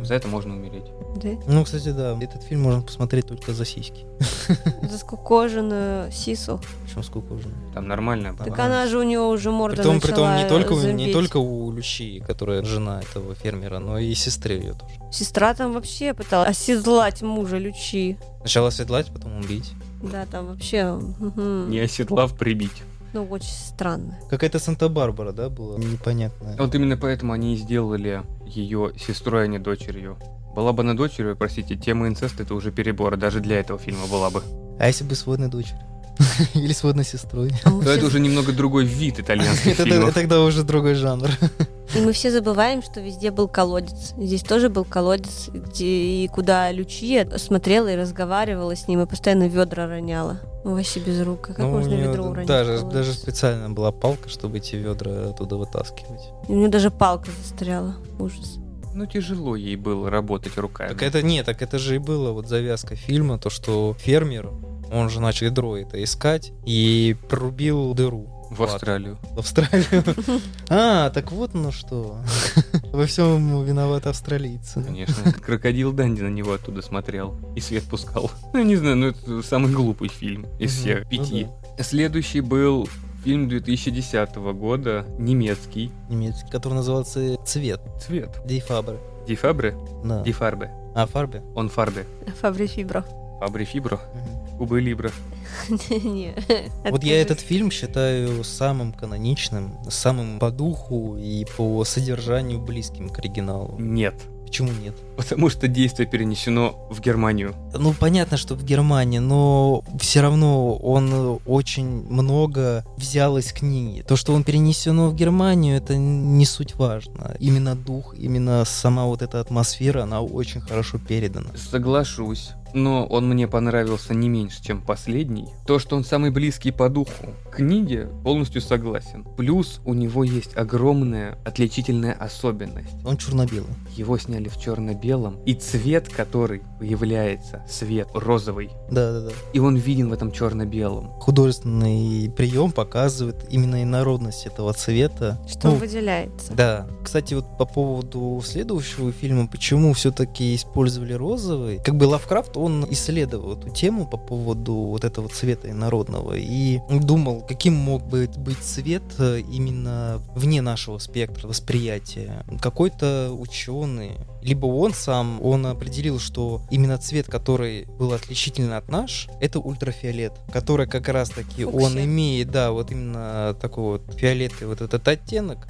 Speaker 1: За
Speaker 3: За-
Speaker 1: это можно умереть.
Speaker 2: Да.
Speaker 3: Ну, кстати, да, этот фильм можно посмотреть только за сиськи.
Speaker 2: За скукоженную сису.
Speaker 3: Причем сколько уже.
Speaker 1: Там нормальная была.
Speaker 2: Так
Speaker 3: Ага.
Speaker 2: она же у нее уже морда
Speaker 3: Притом, притом не
Speaker 2: начала
Speaker 3: только, у- не
Speaker 2: зудеть.
Speaker 3: только у Лючии, которая жена этого фермера, но и сестры ее тоже.
Speaker 2: Сестра там вообще пыталась оседлать мужа Лючи.
Speaker 3: Сначала седлать, потом убить.
Speaker 2: Да, там вообще... мгм.
Speaker 1: Не оседлав, прибить.
Speaker 2: Ну, очень
Speaker 3: [LAUGHS]
Speaker 2: странно.
Speaker 3: Какая-то Санта-Барбара, да, была? Непонятная.
Speaker 1: Вот именно поэтому они и сделали ее сестрой, а не дочерью. Была бы она дочерью, простите, тема инцеста это уже перебор, даже для этого фильма была бы.
Speaker 3: А если бы сводной дочерью? [LAUGHS] Или сводной сестрой?
Speaker 2: А мы
Speaker 1: То это
Speaker 2: все-
Speaker 1: уже немного другой вид итальянских
Speaker 3: [LAUGHS] Это
Speaker 1: фильмов.
Speaker 3: т- тогда уже другой жанр.
Speaker 2: И мы все забываем, что везде был колодец. Здесь тоже был колодец, где и куда Лючия смотрела и разговаривала с ним, и постоянно ведра роняла. Ну, вообще без рук. Как
Speaker 3: Ну, у
Speaker 2: можно
Speaker 3: неё
Speaker 2: ведро уронить? в
Speaker 3: даже,
Speaker 2: колодец?
Speaker 3: даже специально была палка, чтобы эти ведра оттуда вытаскивать.
Speaker 2: И У нее даже палка застряла. Ужас.
Speaker 1: Ну тяжело ей было работать руками.
Speaker 3: Так это не, так это же и было вот завязка фильма, то что фермер, он же начал дроида искать и прорубил дыру.
Speaker 1: в
Speaker 3: Ладно. [LAUGHS]
Speaker 1: Австралию.
Speaker 3: в Австралию. А, так вот, ну что. [LAUGHS] Во всем виноваты австралийцы.
Speaker 1: Конечно. Крокодил Данди на него оттуда смотрел и свет пускал. [LAUGHS] Ну, не знаю, ну это самый глупый фильм из
Speaker 3: Мгм.
Speaker 1: всех
Speaker 3: Ну
Speaker 1: пяти. Следующий был фильм 2010 года, немецкий.
Speaker 3: Немецкий, который назывался «Цвет».
Speaker 1: Цвет.
Speaker 3: Ди Фабре.
Speaker 1: Ди Фабре?
Speaker 3: Да.
Speaker 1: Ди Фарбе.
Speaker 3: А, Фарбе?
Speaker 1: Он Фарбе.
Speaker 2: Фабри Фибро. [LAUGHS]
Speaker 1: Фабре Фибро.
Speaker 3: Мгм.
Speaker 1: Кубы Либро.
Speaker 2: Не,
Speaker 3: Вот
Speaker 2: откажусь.
Speaker 3: я этот фильм считаю самым каноничным, самым по духу и по содержанию близким к оригиналу.
Speaker 1: Нет.
Speaker 3: Почему нет?
Speaker 1: Потому что действие перенесено в Германию.
Speaker 3: Ну, понятно, что в Германии, но все равно он очень много взял из книги. То, что он перенесено в Германию, это не суть важно. Именно дух, именно сама вот эта атмосфера, она очень хорошо передана.
Speaker 1: Соглашусь. Но он мне понравился не меньше, чем последний. То, что он самый близкий по духу к книге, полностью согласен. Плюс у него есть огромная отличительная особенность.
Speaker 3: Он черно-белый.
Speaker 1: Его сняли в черно-белом, и цвет, который появляется, свет розовый,
Speaker 3: Да-да-да.
Speaker 1: и он виден в этом черно-белом.
Speaker 3: Художественный прием показывает именно инородность этого цвета.
Speaker 2: Что
Speaker 3: Ну,
Speaker 2: выделяется?
Speaker 3: Да. Кстати, вот по поводу следующего фильма, почему все-таки использовали розовый. Как бы Лавкрафт, он исследовал эту тему по поводу вот этого цвета инородного и думал, каким мог бы быть цвет э, именно вне нашего спектра восприятия. Какой-то ученый, либо он сам, он определил, что именно цвет, который был отличительный от наш, это ультрафиолет, который как раз-таки он
Speaker 2: Фуксия.
Speaker 3: имеет, да, вот именно такой вот фиолетовый вот этот оттенок,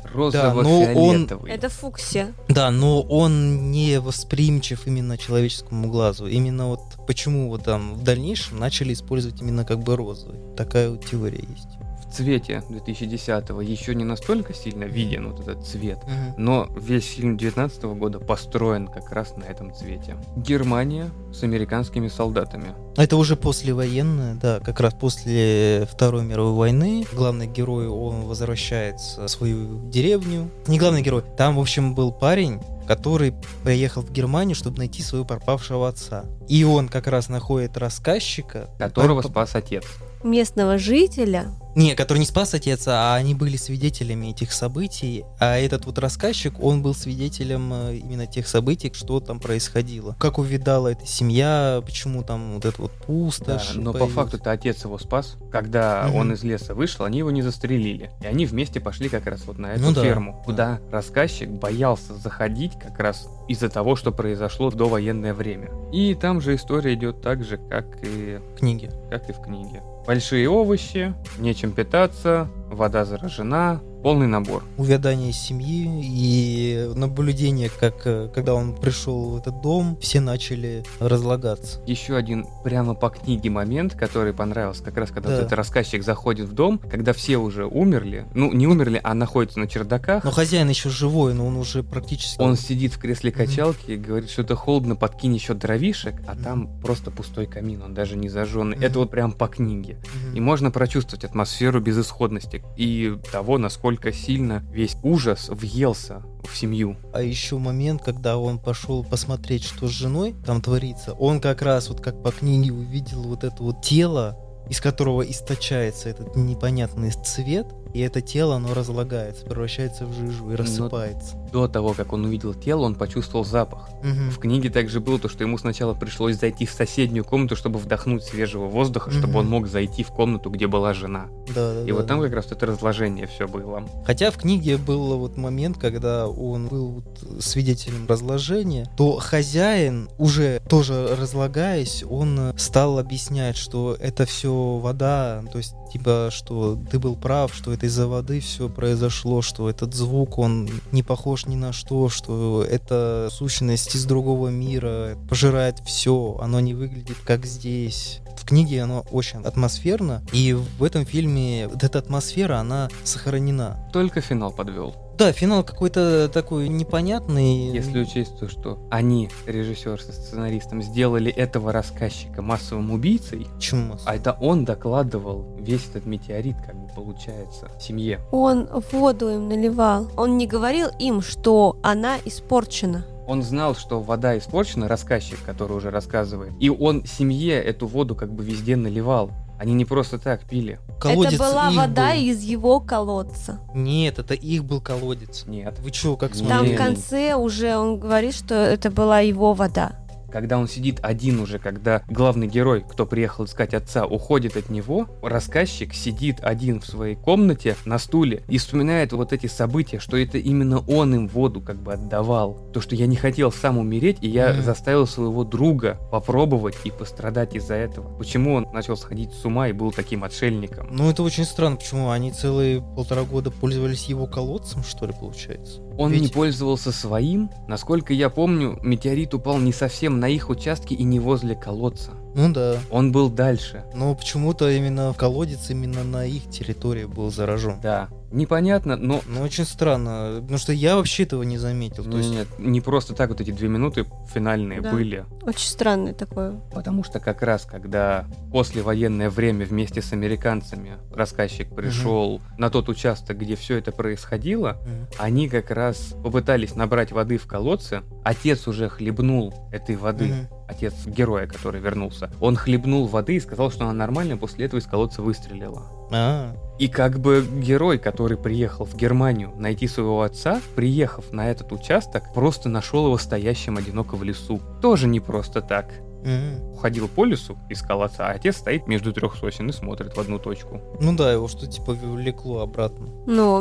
Speaker 1: Розово-фиолетовый.
Speaker 2: Это фуксия.
Speaker 3: да, но он не восприимчив именно человеческому глазу. Именно вот почему вот там в дальнейшем начали использовать именно как бы розовый. Такая вот теория есть.
Speaker 1: В цвете 2010-го еще не настолько сильно виден вот этот цвет,
Speaker 3: Мгм.
Speaker 1: Но весь фильм 19 года построен как раз на этом цвете. Германия с американскими солдатами.
Speaker 3: Это уже послевоенное, да, как раз после Второй мировой войны. Главный герой, он возвращается в свою деревню. Не главный герой, там, в общем, был парень, который приехал в Германию, чтобы найти своего пропавшего отца. И он как раз находит рассказчика,
Speaker 1: Которого
Speaker 3: Пон-
Speaker 1: спас отец.
Speaker 2: Местного жителя
Speaker 3: Не, который не спас отец, а они были свидетелями этих событий, а этот вот рассказчик, он был свидетелем э, именно тех событий, что там происходило. Как увидала эта семья, почему там вот это вот пустошь.
Speaker 1: Да, но по
Speaker 3: появилась.
Speaker 1: факту-то отец его спас. Когда
Speaker 3: Мгм.
Speaker 1: он из леса вышел, они его не застрелили. И они вместе пошли как раз вот на эту
Speaker 3: Ну да,
Speaker 1: ферму,
Speaker 3: да.
Speaker 1: куда рассказчик боялся заходить как раз из-за того, что произошло в довоенное время. И там же история идет так же, как и
Speaker 3: Книги.
Speaker 1: как и в книге. Большие овощи, нечем питаться, вода заражена, полный набор.
Speaker 3: Увядание семьи и наблюдение, как э, когда он пришел в этот дом, все начали разлагаться.
Speaker 1: Еще один прямо по книге момент, который понравился, как раз когда
Speaker 3: Да.
Speaker 1: вот этот рассказчик заходит в дом, когда все уже умерли, ну не умерли, а находятся на чердаках.
Speaker 3: Но хозяин еще живой, но он уже практически...
Speaker 1: Он сидит в кресле качалки и говорит, что это холодно, подкинь еще дровишек, а
Speaker 3: Мгм.
Speaker 1: там просто пустой камин, он даже не зажженный.
Speaker 3: Мгм.
Speaker 1: Это вот прям по книге.
Speaker 3: Мгм.
Speaker 1: И можно прочувствовать атмосферу безысходности и того, насколько сильно весь ужас въелся в семью.
Speaker 3: А еще момент, когда он пошел посмотреть, что с женой там творится, он как раз вот как по книге увидел вот это вот тело, из которого источается этот непонятный цвет, и это тело, оно разлагается, превращается в
Speaker 1: Ну,
Speaker 3: жижу и рассыпается.
Speaker 1: До того, как он увидел тело, он почувствовал запах.
Speaker 3: Мгм.
Speaker 1: В книге также было то, что ему сначала пришлось зайти в соседнюю комнату, чтобы вдохнуть свежего воздуха, чтобы
Speaker 3: Мгм.
Speaker 1: он мог зайти в комнату, где была жена.
Speaker 3: Да, да,
Speaker 1: И
Speaker 3: да,
Speaker 1: вот
Speaker 3: да.
Speaker 1: там как раз это разложение все было.
Speaker 3: Хотя в книге был вот момент, когда он был вот свидетелем разложения, то хозяин, уже тоже разлагаясь, он э, стал объяснять, что это все вода, то есть типа, что ты был прав, что это из-за воды все произошло, что этот звук, он не похож ни на что, что это сущность из другого мира, пожирает все, оно не выглядит как здесь. В книге оно очень атмосферно, и в этом фильме вот эта атмосфера, она сохранена.
Speaker 1: Только финал подвел.
Speaker 3: Да, финал какой-то такой непонятный.
Speaker 1: Если учесть то, что они, режиссер со сценаристом, сделали этого рассказчика массовым убийцей,
Speaker 3: Почему?
Speaker 1: а это он докладывал весь этот метеорит, как бы получается, семье.
Speaker 2: Он воду им наливал. Он не говорил им, что она испорчена.
Speaker 1: Он знал, что вода испорчена, рассказчик, который уже рассказывает, и он семье эту воду как бы везде наливал. Они не просто так пили.
Speaker 2: Это
Speaker 3: Колодец
Speaker 2: была
Speaker 3: их
Speaker 2: вода
Speaker 3: был.
Speaker 2: из его колодца.
Speaker 3: Нет, это их был колодец.
Speaker 1: Нет.
Speaker 3: Вы чё, как
Speaker 1: Там
Speaker 2: Там
Speaker 1: Не.
Speaker 2: в
Speaker 3: смотрели?
Speaker 2: конце уже он говорит, что это была его вода.
Speaker 1: Когда он сидит один уже, когда главный герой, кто приехал искать отца, уходит от него, рассказчик сидит один в своей комнате на стуле и вспоминает вот эти события, что это именно он им воду как бы отдавал. То, что я не хотел сам умереть, и я
Speaker 3: Мгм.
Speaker 1: заставил своего друга попробовать и пострадать из-за этого. Почему он начал сходить с ума и был таким отшельником?
Speaker 3: Ну, это очень странно, почему они целые полтора года пользовались его колодцем, что ли, получается?
Speaker 1: Он не
Speaker 3: Ведь-
Speaker 1: пользовался своим. Насколько я помню, метеорит упал не совсем на их участке и не возле колодца.
Speaker 3: Ну да.
Speaker 1: Он был дальше.
Speaker 3: Но почему-то именно колодец именно на их территории был заражен.
Speaker 1: Да, непонятно, но
Speaker 3: Ну, очень странно, потому что я вообще этого не заметил. То
Speaker 1: Ну,
Speaker 3: есть,
Speaker 1: Нет, не просто так вот эти две минуты финальные
Speaker 2: Да.
Speaker 1: были.
Speaker 2: Очень странное такое.
Speaker 1: Потому что как раз, когда послевоенное время вместе с американцами рассказчик пришел на тот участок, где все это происходило,
Speaker 3: Мгм.
Speaker 1: они как раз попытались набрать воды в колодце. Отец уже хлебнул этой воды.
Speaker 3: Мгм.
Speaker 1: Отец героя, который вернулся. Он хлебнул воды и сказал, что она нормальная, после этого из колодца выстрелила.
Speaker 3: А,
Speaker 1: И как бы герой, который приехал в Германию найти своего отца, приехав на этот участок, просто нашел его стоящим одиноко в лесу. Тоже не просто так.
Speaker 3: мгм.
Speaker 1: Уходил по лесу, искал отца, а отец стоит между трех сосен и смотрит в одну точку.
Speaker 3: Ну да, его что типа влекло обратно.
Speaker 2: Но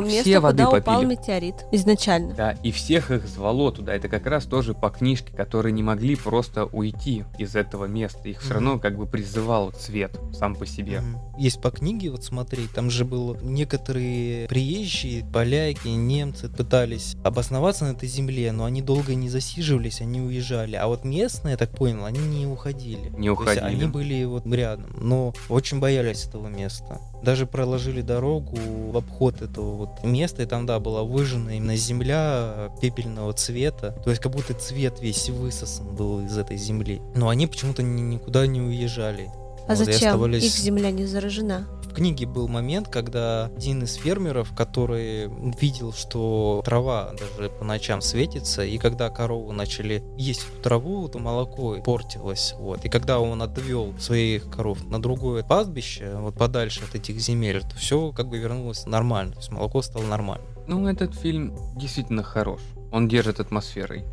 Speaker 1: Все
Speaker 2: Ну, место,
Speaker 1: воды
Speaker 2: куда упал
Speaker 1: попили.
Speaker 2: метеорит изначально.
Speaker 1: Да, и всех их звало туда. Это как раз тоже по книжке, которые не могли просто уйти из этого места. Их все
Speaker 3: Мгм.
Speaker 1: равно как бы призывал цвет сам по себе.
Speaker 3: Мгм. Есть по книге, вот смотри, там же было некоторые приезжие, поляки, немцы пытались обосноваться на этой земле, но они долго не засиживались, они уезжали. А вот местные, я так понял, они не уходили.
Speaker 1: Не
Speaker 3: То есть
Speaker 1: уходили.
Speaker 3: они были вот рядом, но очень боялись этого места. Даже проложили дорогу в обход этого вот места, и там, да, была выжжена именно земля пепельного цвета. То есть как будто цвет весь высосан был из этой земли. Но они почему-то ни- никуда не уезжали.
Speaker 2: А
Speaker 3: Вот, и
Speaker 2: зачем?
Speaker 3: оставались-
Speaker 2: Их земля не заражена.
Speaker 3: в книге был момент, когда один из фермеров, который видел, что трава даже по ночам светится, и когда коровы начали есть эту траву, то молоко портилось. Вот. И когда он отвел своих коров на другое пастбище, вот подальше от этих земель, то все как бы вернулось нормально. То есть молоко стало нормально.
Speaker 1: Ну, этот фильм действительно хорош. Он держит атмосферой.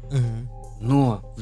Speaker 1: Но в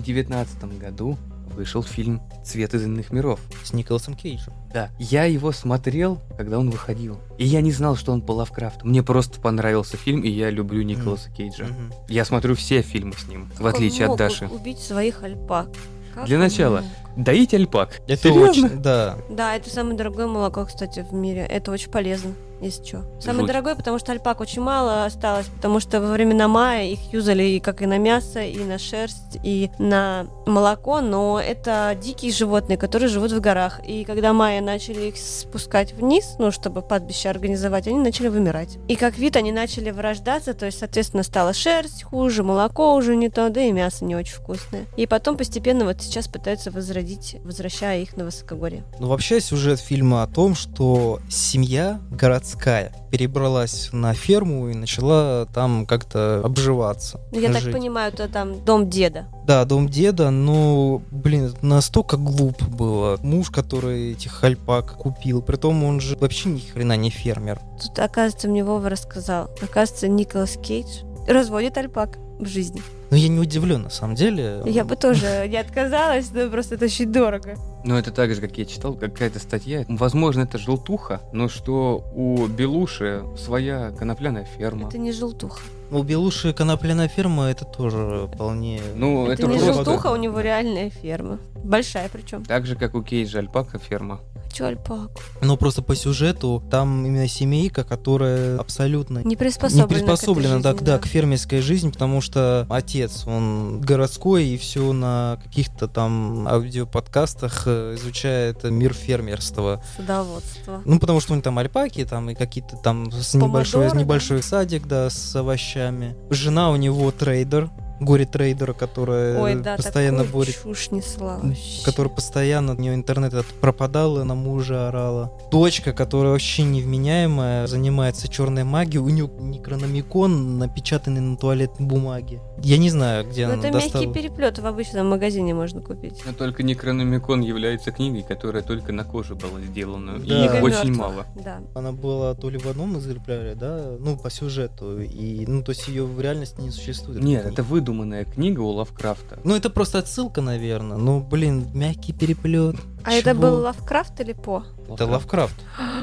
Speaker 1: 2019 году вышел фильм «Цвет из иных миров».
Speaker 3: С Николасом Кейджем.
Speaker 1: Да. Я его смотрел, когда он выходил. И я не знал, что он по Лавкрафту. Мне просто понравился фильм, и я люблю Николаса Кейджа.
Speaker 3: Мгм.
Speaker 1: Я смотрю все фильмы с ним, в отличие
Speaker 2: Он
Speaker 1: от
Speaker 2: мог
Speaker 1: Даши.
Speaker 2: убить своих альпак. Как
Speaker 1: Для
Speaker 2: он
Speaker 1: начала.
Speaker 2: мог?
Speaker 1: Доить альпак.
Speaker 3: Это
Speaker 1: Серьезно?
Speaker 3: очень, да.
Speaker 2: Да, это самое дорогое молоко, кстати, в мире. Это очень полезно, если что. Самое
Speaker 1: Жуть.
Speaker 2: дорогое, потому что альпак очень мало осталось, потому что во времена мая их юзали и как и на мясо, и на шерсть, и на молоко, но это дикие животные, которые живут в горах. И когда майя начали их спускать вниз, ну, чтобы падбище организовать, они начали вымирать. И как вид они начали вырождаться, то есть, соответственно, стала шерсть хуже, молоко уже не то, да и мясо не очень вкусное. И потом постепенно вот сейчас пытаются возродить, возвращая их на высокогорье.
Speaker 3: Ну, вообще сюжет фильма о том, что семья городская перебралась на ферму и начала там как-то обживаться.
Speaker 2: Ну, я так
Speaker 3: жить.
Speaker 2: понимаю, это там дом деда.
Speaker 3: Да, дом деда, но, блин, это настолько глупо было. Муж, который этих альпак купил, притом он же вообще ни хрена не фермер.
Speaker 2: Тут, оказывается, мне Вова рассказал. Оказывается, Николас Кейдж разводит альпак в жизни.
Speaker 3: Но я не удивлен, на самом деле.
Speaker 2: Я бы тоже не отказалась, но просто это очень дорого.
Speaker 1: Но это так же, как я читал, какая-то статья. Возможно, это желтуха, но что у Белуши своя конопляная ферма.
Speaker 2: Это не желтуха.
Speaker 3: У Белуши Ну, конопляная ферма, это тоже вполне...
Speaker 1: Ну, это,
Speaker 2: Это, не
Speaker 1: просто...
Speaker 2: желтуха, у него реальная ферма. Большая причем.
Speaker 1: Так же, как у Кейджа альпака ферма.
Speaker 2: Хочу альпаку.
Speaker 3: Но просто по сюжету там именно семейка, которая абсолютно
Speaker 2: Не приспособлена.
Speaker 3: не
Speaker 2: к этой
Speaker 3: приспособлена
Speaker 2: жизни,
Speaker 3: так, да, к фермерской жизни, потому что отец, он городской, и все на каких-то там аудиоподкастах э, изучает мир фермерства.
Speaker 2: Садоводство.
Speaker 3: Ну, потому что у них там альпаки, там и какие-то там с небольшой,
Speaker 2: Помодоро, да?
Speaker 3: небольшой садик, да, с овощами. Жена у него трейдер, горе-трейдера, которая
Speaker 2: Ой, да,
Speaker 3: Э, постоянно
Speaker 2: такую
Speaker 3: борет
Speaker 2: чушь несла.
Speaker 3: М,
Speaker 2: вообще.
Speaker 3: которая постоянно, у нее интернет этот пропадал, и на мужа орала. Дочка, которая вообще невменяемая, занимается черной магией, у нее некрономикон, напечатанный на туалетной бумаге. Я не знаю, где
Speaker 2: Ну,
Speaker 3: она
Speaker 2: это
Speaker 3: достала.
Speaker 2: мягкий переплет в обычном магазине можно купить.
Speaker 1: Но только Некрономикон является книгой, которая только на коже была сделана.
Speaker 3: Да.
Speaker 1: И их
Speaker 2: Книга
Speaker 1: очень
Speaker 2: мёртвых.
Speaker 1: мало.
Speaker 2: Да.
Speaker 3: Она была то ли в одном экземпляре, да, ну, по сюжету, и, ну, то есть ее в реальности не существует.
Speaker 1: Нет, это выдуманная книга у Лавкрафта.
Speaker 3: Ну, это просто отсылка, наверное. Ну, блин, мягкий переплет.
Speaker 2: А это
Speaker 3: Чего?
Speaker 2: был Лавкрафт или По? [GASPS]
Speaker 3: Это Лавкрафт.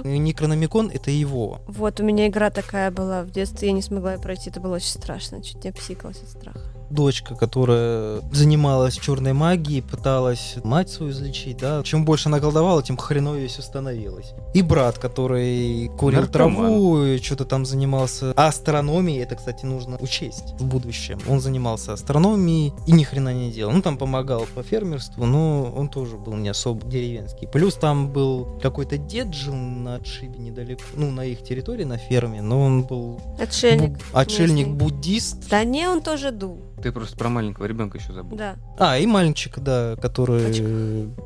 Speaker 3: И Некрономикон — это его.
Speaker 2: Вот, у меня игра такая была в детстве, я не смогла ее пройти, это было очень страшно, чуть не обсикалась от страха.
Speaker 3: Дочка, которая занималась черной магией, пыталась мать свою излечить, да. Чем больше она колдовала, тем хреновее все становилось. И брат, который курил
Speaker 1: Наркоман.
Speaker 3: траву, и что-то там занимался астрономией. Это, кстати, нужно учесть в будущем. Он занимался астрономией и ни хрена не делал. Ну, там помогал по фермерству, но он тоже был не особо деревенский. Плюс там был какой-то дед жил на отшибе недалеко, ну, на их территории, на ферме, но он был
Speaker 1: Ну,
Speaker 2: Отшельник.
Speaker 3: бу- отшельник
Speaker 2: местный.
Speaker 3: буддист,
Speaker 2: Да не, он тоже дул.
Speaker 1: Ты просто про маленького ребенка еще забыл.
Speaker 2: Да.
Speaker 3: А, и мальчик, да, который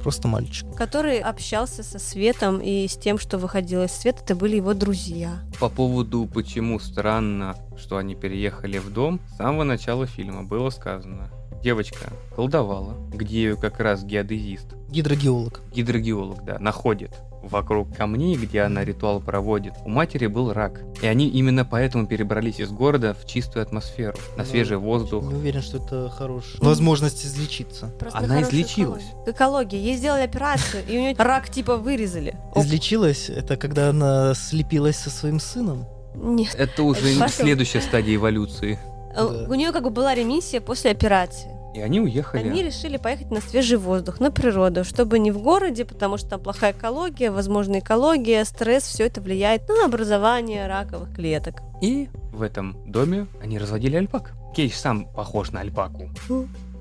Speaker 3: просто мальчик.
Speaker 2: который общался со Светом и с тем, что выходило из Света, это были его друзья.
Speaker 1: По поводу, почему странно, что они переехали в дом, с самого начала фильма было сказано. Девочка колдовала, где ее как раз геодезист,
Speaker 3: Гидрогеолог.
Speaker 1: гидрогеолог, да, находит вокруг камней, где она ритуал проводит. У матери был рак, и они именно поэтому перебрались из города в чистую атмосферу, на
Speaker 3: Ну,
Speaker 1: свежий воздух.
Speaker 3: Не уверен, что это хорошая возможность излечиться.
Speaker 2: Просто
Speaker 1: Она
Speaker 2: хорошая
Speaker 1: излечилась.
Speaker 2: экология. К экологии. Ей сделали операцию, и
Speaker 1: [LAUGHS]
Speaker 2: у нее рак типа вырезали. Оп.
Speaker 3: Излечилась, это когда она слепилась со своим сыном.
Speaker 2: Нет.
Speaker 1: Это уже
Speaker 2: Это факел.
Speaker 1: следующая стадия эволюции.
Speaker 2: Э, У нее как бы была ремиссия после операции.
Speaker 1: И они уехали.
Speaker 2: Они решили поехать на свежий воздух, на природу, чтобы не в городе, потому что там плохая экология, возможно, экология, стресс, все это влияет на образование раковых клеток.
Speaker 1: И в этом доме они разводили альпак. Кейдж сам похож на альпаку.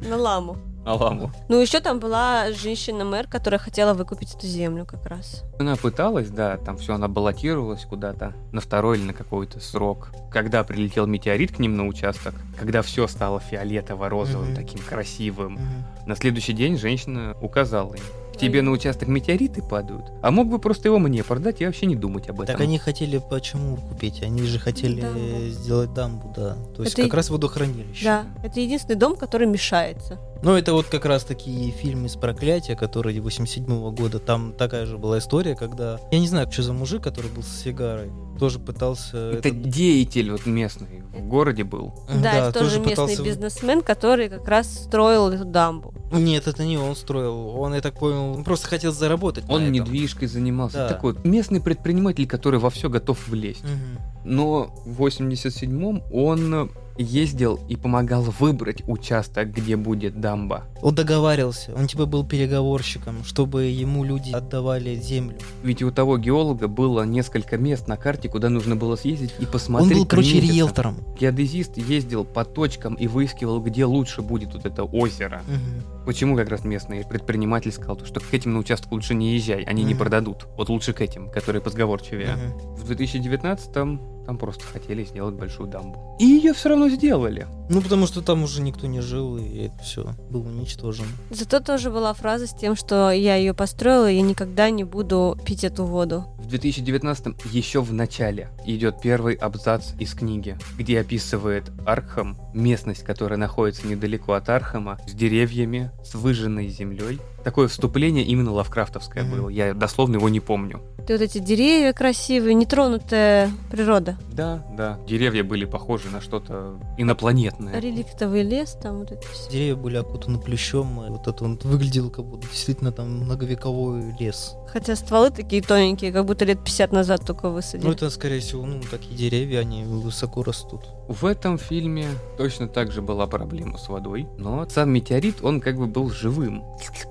Speaker 2: На ламу.
Speaker 1: На ламу.
Speaker 2: Ну, еще там была женщина-мэр, которая хотела выкупить эту землю как раз.
Speaker 1: Она пыталась, да, там все, она баллотировалась куда-то на второй или на какой-то срок. Когда прилетел метеорит к ним на участок, когда все стало фиолетово-розовым,
Speaker 3: Мгм.
Speaker 1: таким красивым, на следующий день женщина указала им. К тебе
Speaker 2: Ой.
Speaker 1: на участок метеориты падают, а мог бы просто его мне продать и вообще не думать об этом.
Speaker 3: Так они хотели почему купить? Они же хотели
Speaker 2: Дамбу.
Speaker 3: сделать дамбу, да. То есть
Speaker 2: Это
Speaker 3: как
Speaker 2: и-
Speaker 3: раз водохранилище.
Speaker 2: Да, это единственный дом, который мешается.
Speaker 3: Ну, это вот как раз таки фильм из проклятия, который 87 года. Там такая же была история, когда... Я не знаю, что за мужик, который был с сигарой, тоже пытался...
Speaker 1: Это
Speaker 3: этот-
Speaker 1: деятель вот местный в городе был.
Speaker 2: Да, это тоже, местный
Speaker 3: пытался-
Speaker 2: бизнесмен, который как раз строил эту дамбу.
Speaker 3: Нет, это не он строил. Он, я так понял, он просто хотел заработать. на
Speaker 1: Он
Speaker 3: этом.
Speaker 1: недвижкой занимался.
Speaker 3: Да.
Speaker 1: Такой местный предприниматель, который во все готов влезть.
Speaker 3: Мгм.
Speaker 1: Но в 87-м он ездил и помогал выбрать участок, где будет дамба.
Speaker 3: Он договаривался. Он типа был переговорщиком, чтобы ему люди отдавали землю.
Speaker 1: Ведь у того геолога было несколько мест на карте, куда нужно было съездить и
Speaker 3: он
Speaker 1: посмотреть.
Speaker 3: был, короче,
Speaker 1: месяцем.
Speaker 3: риэлтором.
Speaker 1: Геодезист ездил по точкам и выискивал, где лучше будет вот это озеро.
Speaker 3: Мгм.
Speaker 1: Почему как раз местный предприниматель сказал, то, что к этим на участок лучше не езжай, они не
Speaker 3: Мгм.
Speaker 1: продадут. Вот лучше к этим, которые позговорчивее.
Speaker 3: Мгм.
Speaker 1: В 2019-м там просто хотели сделать большую дамбу. И ее все равно сделали.
Speaker 3: Ну, потому что там уже никто не жил, и это все было уничтожено.
Speaker 2: Зато тоже была фраза с тем, что я ее построила, и я никогда не буду пить эту воду.
Speaker 1: В 2019-м еще в начале идет первый абзац из книги, где описывает Архам, местность, которая находится недалеко от Архама, с деревьями, с выжженной землей. Такое вступление именно лавкрафтовское
Speaker 3: Мгм.
Speaker 1: было, я дословно его не помню.
Speaker 2: И вот эти деревья красивые, нетронутая природа.
Speaker 1: Да, да, деревья были похожи на что-то инопланетное.
Speaker 2: Реликтовый лес, там вот это все.
Speaker 3: Деревья были окутаны плющом, и вот это он выглядел как будто действительно там многовековой лес.
Speaker 2: Хотя стволы такие тоненькие, как будто лет 50 назад только высадили.
Speaker 3: Ну, это, скорее всего, ну, такие деревья, они высоко растут.
Speaker 1: В этом фильме точно так же была проблема с водой, но сам метеорит, он как бы был живым,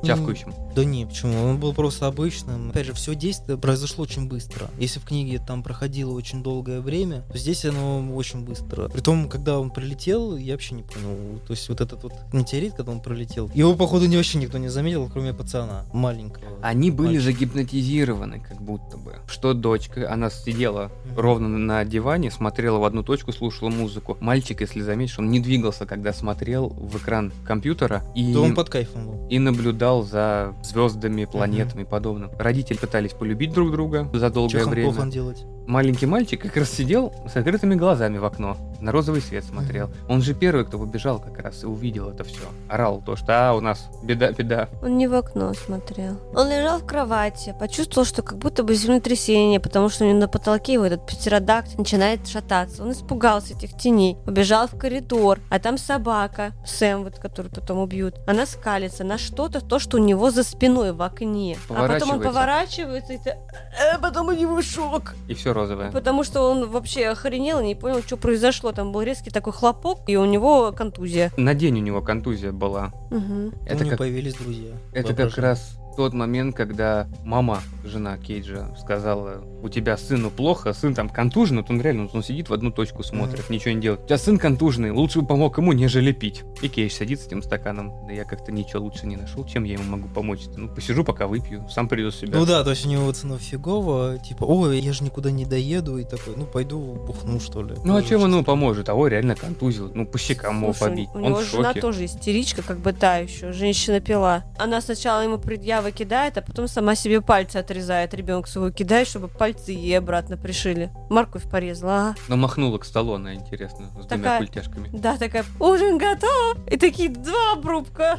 Speaker 1: чавкающим.
Speaker 3: Да не, почему? Он был просто обычным. Опять же, все действие произошло очень быстро. Если в книге там проходило очень долгое время, то здесь оно очень быстро. Притом, когда он прилетел, я вообще не понял. То есть вот этот вот метеорит, когда он пролетел, его, походу, не вообще никто не заметил, кроме пацана маленького.
Speaker 1: Они были загипнотизированы, как будто бы. Что дочка, она сидела
Speaker 3: Мгм.
Speaker 1: ровно на диване, смотрела в одну точку, слушала музыку. Мальчик, если заметишь, он не двигался, когда смотрел в экран компьютера и,
Speaker 3: То он под кайфом был.
Speaker 1: и наблюдал за звездами, планетами и подобным. Родители пытались полюбить друг друга за долгое
Speaker 3: Чё
Speaker 1: время.
Speaker 3: Хохлан делать?
Speaker 1: Маленький мальчик как раз сидел с открытыми глазами в окно, на розовый свет смотрел. Он же первый, кто побежал как раз и увидел это все. Орал то, что «А, у нас беда, беда».
Speaker 2: Он не в окно смотрел. Он лежал в кровати, почувствовал, что как будто бы землетрясение, потому что у него на потолке его этот птеродакт начинает шататься. Он испугался этих теней, побежал в коридор, а там собака, Сэм, вот, которую потом убьют. Она скалится на что-то, то, что у него за спиной в окне. А потом он
Speaker 1: Поворачивается.
Speaker 2: поворачивается, и это- э, потом у него шок.
Speaker 1: И все розовое.
Speaker 2: Потому что он вообще охренел и не понял, что произошло. Там был резкий такой хлопок, и у него контузия.
Speaker 1: На день у него контузия была.
Speaker 2: Угу.
Speaker 3: Это
Speaker 1: Это
Speaker 3: у него
Speaker 1: как,
Speaker 3: появились друзья.
Speaker 1: это как
Speaker 3: воображаемые.
Speaker 1: раз тот момент, когда мама, жена Кейджа, сказала, у тебя сыну плохо, сын там контужен, вот он реально, вот он сидит в одну точку смотрит, ничего не делает. У тебя сын контуженный, лучше бы помог ему, нежели пить. И Кейдж садится с этим стаканом. Да я как-то ничего лучше не нашел, чем я ему могу помочь. Ну, посижу, пока выпью, сам приду в себя.
Speaker 3: Ну да, то есть у него цена фигово, типа, ой, я же никуда не доеду, и такой, ну пойду бухну, что ли.
Speaker 1: Ну а
Speaker 3: Тоже
Speaker 1: чем
Speaker 3: чисто.
Speaker 1: оно поможет? Того реально контузил. Ну по щекам его
Speaker 2: Слушай,
Speaker 1: побить.
Speaker 2: У
Speaker 1: Он
Speaker 2: него
Speaker 1: в
Speaker 2: жена
Speaker 1: шоке.
Speaker 2: тоже истеричка, как бы та еще. Женщина пила. Она сначала ему предъявы кидает, а потом сама себе пальцы отрезает. Ребенку своего кидает, чтобы пальцы ей обратно пришили. Морковь порезала. а? ага.
Speaker 1: Но махнула к столу она, интересно, с двумя
Speaker 2: Такая-
Speaker 1: культяшками.
Speaker 2: Да, такая, ужин готов! И такие, два обрубка!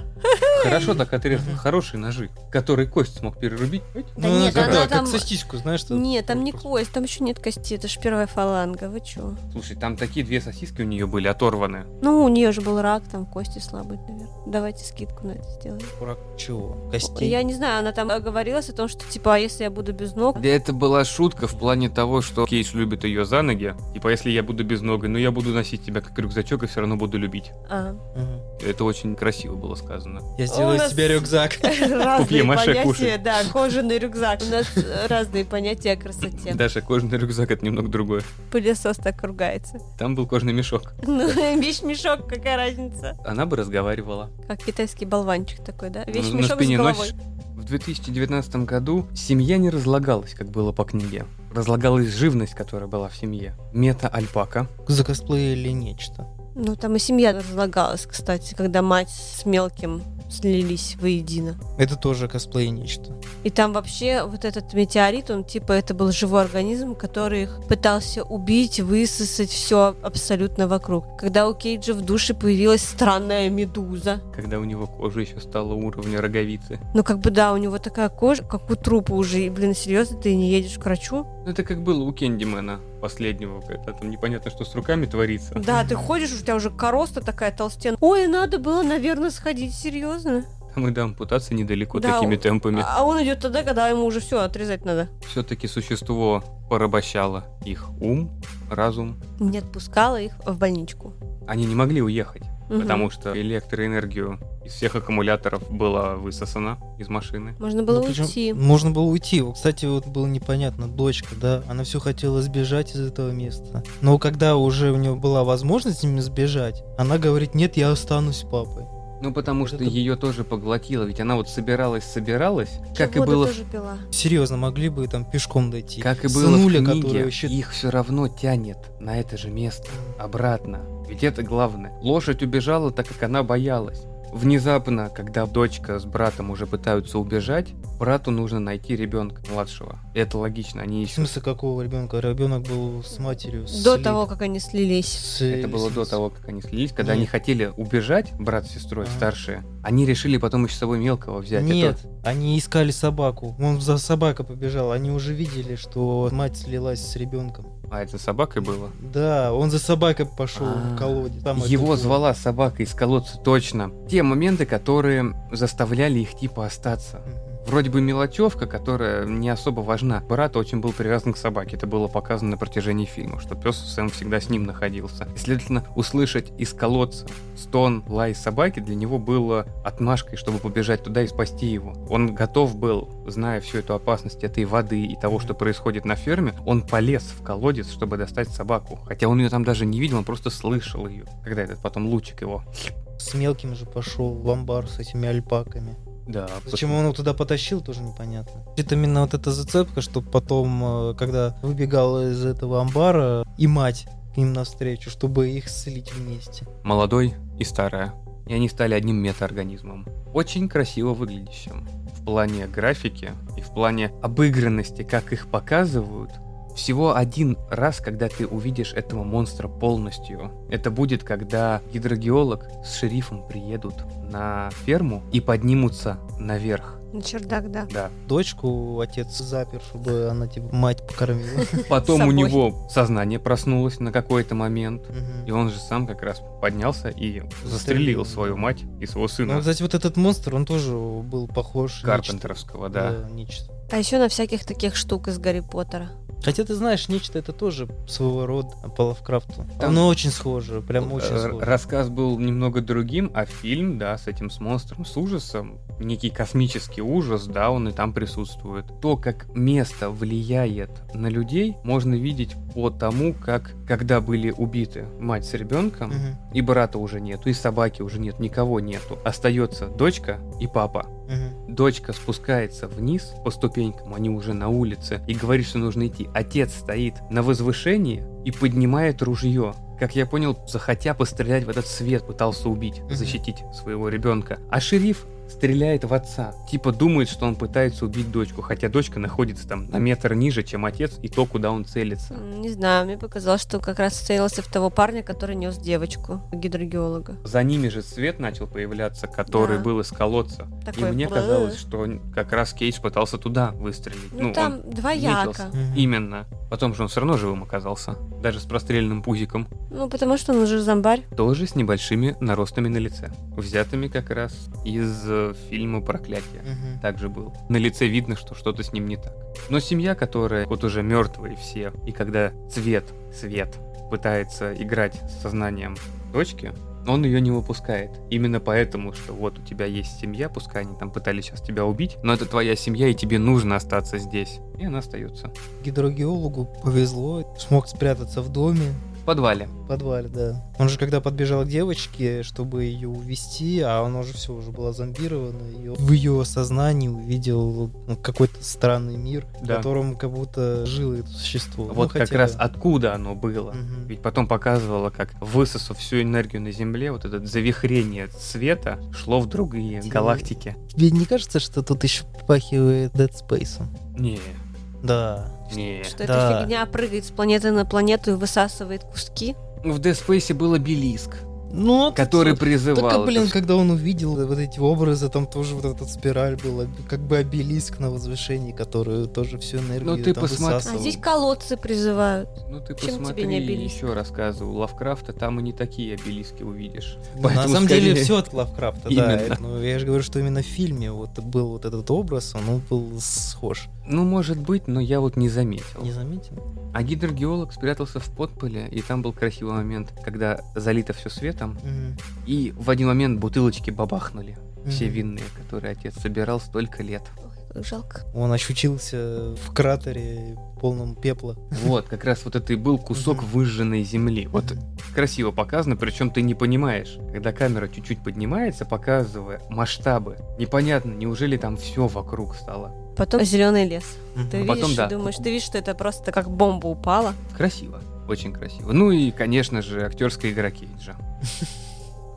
Speaker 1: Хорошо так отрезаны.
Speaker 3: Мгм.
Speaker 1: Хорошие ножи, которые кость смог перерубить. Эть.
Speaker 2: Да
Speaker 3: Ну,
Speaker 2: нет,
Speaker 3: это,
Speaker 2: она
Speaker 3: да,
Speaker 2: там-
Speaker 3: как сосиску, знаешь, что?
Speaker 2: Нет, там не
Speaker 3: просто-
Speaker 2: кость, там еще нет кости, это ж первая фаланга, вы чё?
Speaker 1: Слушай, там такие две сосиски у нее были оторваны.
Speaker 2: Ну, у нее же был рак, там кости слабые, наверное. Давайте скидку на это сделаем.
Speaker 3: Курак чего? Костей?
Speaker 2: Я не знаю, она там оговорилась о том, что типа, а если я буду без ног,
Speaker 1: Да это была шутка в плане того, что Кейс любит ее за ноги. Типа, если я буду без ноги, но я буду носить тебя как рюкзачок и все равно буду любить.
Speaker 2: а,
Speaker 1: [LAUGHS]
Speaker 3: Мгм.
Speaker 1: Это очень красиво было сказано.
Speaker 3: Я сделаю
Speaker 2: У
Speaker 3: из
Speaker 2: нас-
Speaker 3: тебя рюкзак. [LAUGHS]
Speaker 2: Разные
Speaker 1: Купье-маше
Speaker 2: понятия,
Speaker 1: кушай.
Speaker 2: да, кожаный рюкзак. У нас э, разные понятия о красоте.
Speaker 1: Даже кожаный рюкзак это немного другое.
Speaker 2: Пылесос так ругается.
Speaker 1: Там был кожаный мешок.
Speaker 2: Ну, [LAUGHS] вещь-мешок, какая разница?
Speaker 1: Она бы разговаривала.
Speaker 2: Как китайский болванчик такой, да?
Speaker 1: Ну,
Speaker 2: Вещь-мешок с головой.
Speaker 1: В 2019 году семья не разлагалась, как было по книге. Разлагалась живность, которая была в семье. Мета-альпака.
Speaker 3: Закосплеили нечто.
Speaker 2: Ну, там и семья разлагалась, кстати, когда мать с мелким слились воедино.
Speaker 3: Это тоже косплей нечто.
Speaker 2: И там вообще вот этот метеорит, он типа это был живой организм, который их пытался убить, высосать все абсолютно вокруг. Когда у Кейджа в душе появилась странная медуза,
Speaker 1: Когда у него кожа еще стала уровня роговицы.
Speaker 2: Ну, как бы, да, у него такая кожа, как у трупа уже. И, блин, серьезно, ты не едешь к врачу?
Speaker 1: Ну, Это как было у Кендимена последнего, когда там непонятно, что с руками творится.
Speaker 2: Да, ты ходишь, у тебя уже короста такая толстенная. Ой, надо было, наверное, сходить, серьезно.
Speaker 1: Там и до ампутации недалеко
Speaker 2: Да,
Speaker 1: такими
Speaker 2: у-
Speaker 1: темпами.
Speaker 2: А он идет тогда, когда ему уже все отрезать надо.
Speaker 1: Все-таки существо порабощало их ум, разум.
Speaker 2: Не отпускала их в больничку.
Speaker 1: Они не могли уехать,
Speaker 2: Мгм.
Speaker 1: потому что электроэнергию из всех аккумуляторов была высосана из машины.
Speaker 2: Можно было
Speaker 3: Ну, причем
Speaker 2: уйти.
Speaker 3: Можно было уйти. Вот, Кстати, вот было непонятно, дочка, да, она все хотела сбежать из этого места. Но когда уже у нее была возможность именно сбежать, она говорит, нет, я останусь с папой.
Speaker 1: Ну, потому что
Speaker 3: Это-
Speaker 1: ее тоже поглотило, ведь она вот собиралась, собиралась, как и
Speaker 2: Воду
Speaker 1: было, в-
Speaker 2: тоже пила.
Speaker 3: Серьезно, могли бы там пешком дойти.
Speaker 1: как и было в
Speaker 3: Сынуля,
Speaker 1: книге,
Speaker 3: которая щит-
Speaker 1: их все равно тянет на это же место обратно. Ведь это главное. Лошадь убежала, так как она боялась. Внезапно, когда дочка с братом уже пытаются убежать, брату нужно найти ребенка младшего. Это логично, они
Speaker 3: В
Speaker 1: ищут.
Speaker 3: смысле, какого ребенка? Ребенок был с матерью. с
Speaker 2: До
Speaker 3: ли-
Speaker 2: того, как они слились.
Speaker 3: с-
Speaker 1: Это было до
Speaker 3: с-
Speaker 1: того, как они слились, когда они
Speaker 3: Нет.
Speaker 1: хотели убежать, брат с сестрой,
Speaker 3: Ага.
Speaker 1: старшие. Они решили потом еще с собой мелкого взять. Это-
Speaker 3: Нет, они искали собаку. Он за собака побежал. Они уже видели, что мать слилась с ребенком.
Speaker 1: А это с собакой было?
Speaker 3: Да, он за собакой пошел
Speaker 1: А.
Speaker 3: в колодец. Там
Speaker 1: Его
Speaker 3: это-
Speaker 1: звала собака из колодца точно. Те моменты, которые заставляли их типа остаться.
Speaker 3: Мгм.
Speaker 1: Вроде бы мелочевка, которая не особо важна. Брат очень был привязан к собаке. Это было показано на протяжении фильма, что пес Сэм всегда с ним находился. И, следовательно, услышать из колодца стон, лай собаки для него было отмашкой, чтобы побежать туда и спасти его. Он готов был, зная всю эту опасность этой воды и того, что происходит на ферме, он полез в колодец, чтобы достать собаку. Хотя он ее там даже не видел, он просто слышал ее, когда этот потом лучик его.
Speaker 3: С мелким же пошел в амбар с этими альпаками.
Speaker 1: Да.
Speaker 3: Зачем он его туда потащил, тоже непонятно. Это именно вот эта зацепка, что потом, э, когда выбегал из этого амбара, и мать к ним навстречу, чтобы их слить вместе.
Speaker 1: молодой и старая. И они стали одним метаорганизмом. Очень красиво выглядящим. В плане графики и в плане обыгранности, как их показывают, всего один раз, когда ты увидишь этого монстра полностью. Это будет, когда гидрогеолог с шерифом приедут на ферму и поднимутся наверх.
Speaker 2: На чердак, да.
Speaker 1: Да.
Speaker 3: Дочку отец запер, чтобы она типа мать [LAUGHS] покормила.
Speaker 1: Потом у
Speaker 2: Собой.
Speaker 1: него сознание проснулось на какой-то момент.
Speaker 3: Мгм.
Speaker 1: И он же сам как раз поднялся и застрелил
Speaker 3: Застрелил.
Speaker 1: свою мать и своего
Speaker 3: Ну,
Speaker 1: сына.
Speaker 3: кстати, вот этот монстр, он тоже был похож. на нечто.
Speaker 1: Карпентеровского, да.
Speaker 3: Да, нечто.
Speaker 2: А еще на всяких таких штук из Гарри Поттера.
Speaker 3: Хотя ты знаешь, нечто это тоже своего рода по Лавкрафту.
Speaker 1: Там-
Speaker 3: Оно очень схоже, прям очень
Speaker 1: Р-
Speaker 3: схоже.
Speaker 1: Рассказ был немного другим, а фильм, да, с этим с монстром, с ужасом, некий космический ужас, да, он и там присутствует. То, как место влияет на людей, можно видеть по тому, как, когда были убиты мать с ребенком,
Speaker 3: Мгм,
Speaker 1: и брата уже нету, и собаки уже нет, никого нету. Остается дочка и папа.
Speaker 3: мгм.
Speaker 1: Дочка спускается вниз по ступенькам, они уже на улице, и говорит, что нужно идти. Отец стоит на возвышении и поднимает ружье. Как я понял, захотя пострелять в этот свет, пытался убить,
Speaker 3: Мгм.
Speaker 1: защитить своего ребенка. А шериф стреляет в отца. Типа думает, что он пытается убить дочку, хотя дочка находится там на метр ниже, чем отец, и то, куда он целится.
Speaker 2: М, Не знаю, мне показалось, что как раз стрелялся в того парня, который нес девочку, гидрогеолога.
Speaker 1: За ними же свет начал появляться, который
Speaker 2: Да.
Speaker 1: был из колодца.
Speaker 2: Такой
Speaker 1: и мне
Speaker 2: «Бэ».
Speaker 1: казалось, что он- как раз Кейдж пытался туда выстрелить.
Speaker 2: Ну,
Speaker 1: он
Speaker 2: там двояко.
Speaker 1: метился. Именно. Потом же он все равно живым оказался. Даже с простреленным пузиком.
Speaker 2: Ну, потому что он уже зомбарь.
Speaker 1: Тоже с небольшими наростами на лице. Взятыми как раз из э, фильма «Проклятие».
Speaker 3: Мгм.
Speaker 1: Также был. На лице видно, что что-то с ним не так. Но семья, которая вот уже мертвые все, и когда цвет, свет пытается играть с сознанием дочки, он ее не выпускает. Именно поэтому, что вот у тебя есть семья, пускай они там пытались сейчас тебя убить, но это твоя семья, и тебе нужно остаться здесь. И она остается.
Speaker 3: Гидрогеологу повезло, смог спрятаться в доме,
Speaker 1: В подвале.
Speaker 3: в подвале, да. Он же когда подбежал к девочке, чтобы ее увести, а она уже все уже была зомбирована, и он в ее сознании увидел ну, какой-то странный мир, в
Speaker 1: Да.
Speaker 3: котором как будто жило это существо. Ну,
Speaker 1: Вот как
Speaker 3: хотя
Speaker 1: раз
Speaker 3: да.
Speaker 1: откуда оно было.
Speaker 3: Мгм.
Speaker 1: Ведь потом показывало, как высосав всю энергию на Земле, вот это завихрение света шло в другие
Speaker 3: Тьмы.
Speaker 1: галактики.
Speaker 3: Тебе не кажется, что тут еще попахивает Dead Space?
Speaker 1: Не,
Speaker 3: Да.
Speaker 1: не.
Speaker 2: Что эта
Speaker 3: Да.
Speaker 2: фигня прыгает с планеты на планету и высасывает куски.
Speaker 1: В Dead Space был обелиск,
Speaker 3: Ну, вот
Speaker 1: который
Speaker 3: тут-
Speaker 1: призывал.
Speaker 3: Только,
Speaker 1: это
Speaker 3: блин,
Speaker 1: всё.
Speaker 3: когда он увидел вот эти образы, там тоже вот этот спираль был, как бы обелиск на возвышении, который тоже всю энергию
Speaker 1: ты
Speaker 3: там
Speaker 1: посмотри. А
Speaker 2: А
Speaker 3: высасывал.
Speaker 2: здесь колодцы призывают.
Speaker 1: Ну ты
Speaker 2: Чем тебе не
Speaker 1: посмотри,
Speaker 2: обелиск?
Speaker 1: еще рассказывал Лавкрафта, там и не такие обелиски увидишь.
Speaker 3: Ну,
Speaker 1: Поэтому
Speaker 3: на самом деле
Speaker 1: скорее-
Speaker 3: все от Лавкрафта, да.
Speaker 1: Именно.
Speaker 3: Это, ну, я же говорю, что именно в фильме вот был вот этот образ, он был схож.
Speaker 1: Ну, может быть, но я вот не заметил.
Speaker 3: Не заметил?
Speaker 1: А гидрогеолог спрятался в подполе, и там был красивый момент, когда залито все светом, и в один момент бутылочки бабахнули. Все винные, которые отец собирал столько лет.
Speaker 2: Ой, как жалко.
Speaker 3: Он ощутился в кратере полном пепла.
Speaker 1: Вот, как раз вот это и был кусок
Speaker 3: Мгм.
Speaker 1: выжженной земли. Вот красиво показано, причем ты не понимаешь, когда камера чуть-чуть поднимается, показывая масштабы. Непонятно, неужели там все вокруг стало.
Speaker 2: Потом зеленый лес.
Speaker 3: Мгм.
Speaker 2: Ты
Speaker 1: А потом,
Speaker 2: видишь, и
Speaker 1: да.
Speaker 2: думаешь, ты видишь, что это просто как бомба упала.
Speaker 1: Красиво, очень красиво. Ну и, конечно же, актерская игра Кейджа.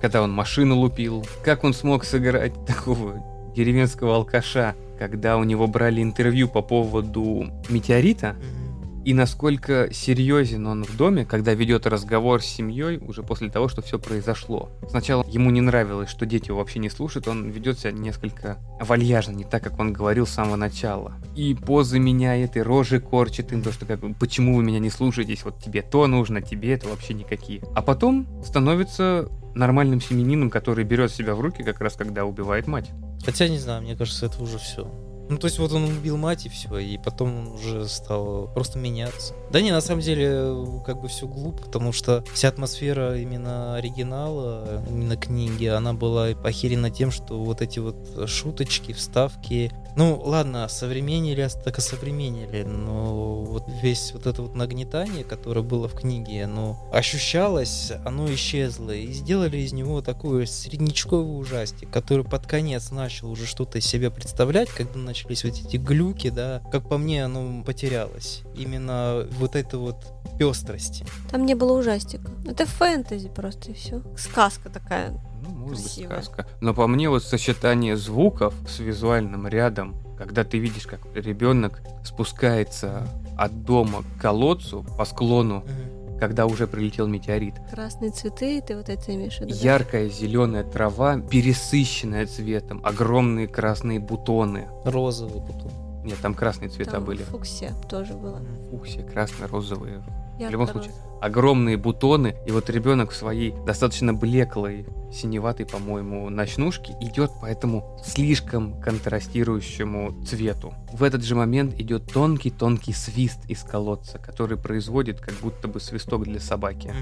Speaker 1: Когда он машину лупил, как он смог сыграть такого деревенского алкаша, когда у него брали интервью по поводу метеорита,
Speaker 3: Мгм.
Speaker 1: и насколько серьезен он в доме, когда ведет разговор с семьей уже после того, что все произошло. Сначала ему не нравилось, что дети его вообще не слушают, он ведет себя несколько вальяжно, не так, как он говорил с самого начала. И позы меняет, и рожи корчит им, то, что как бы, почему вы меня не слушаетесь, вот тебе то нужно, тебе это вообще никакие. А потом становится нормальным семенином, который берет себя в руки, как раз когда убивает мать.
Speaker 3: Хотя, не знаю, мне кажется, это уже все. Ну, то есть вот он убил мать и все, и потом он уже стал просто меняться. Да не, на самом деле, как бы все глупо, потому что вся атмосфера именно оригинала, именно книги, она была похерена тем, что вот эти вот шуточки, вставки, Ну, ладно, современнили, так и современнили, но вот весь вот это вот нагнетание, которое было в книге, оно ощущалось, оно исчезло, и сделали из него такой среднячковый ужастик, который под конец начал уже что-то из себя представлять, когда начались вот эти глюки, да, как по мне, оно потерялось. Именно вот это вот пестрости.
Speaker 2: Там не было ужастика. Это фэнтези просто и все. Сказка такая.
Speaker 1: Ну, может быть,
Speaker 2: Красиво.
Speaker 1: сказка. Но по мне вот сочетание звуков с визуальным рядом, когда ты видишь, как ребенок спускается от дома к колодцу по склону, когда уже прилетел метеорит.
Speaker 2: Красные цветы, ты вот это имеешь в виду? да?
Speaker 1: Яркая зеленая трава, пересыщенная цветом, огромные красные бутоны.
Speaker 3: Розовый бутон.
Speaker 1: Нет, там красные цвета
Speaker 2: Там
Speaker 1: были.
Speaker 2: Фуксия тоже было.
Speaker 1: Фуксия, красно-розовые.
Speaker 2: Я
Speaker 1: В любом случае, огромные бутоны, и вот ребенок в своей достаточно блеклой, синеватой, по-моему, ночнушке идет по этому слишком контрастирующему цвету. В этот же момент идет тонкий-тонкий свист из колодца, который производит как будто бы свисток для собаки.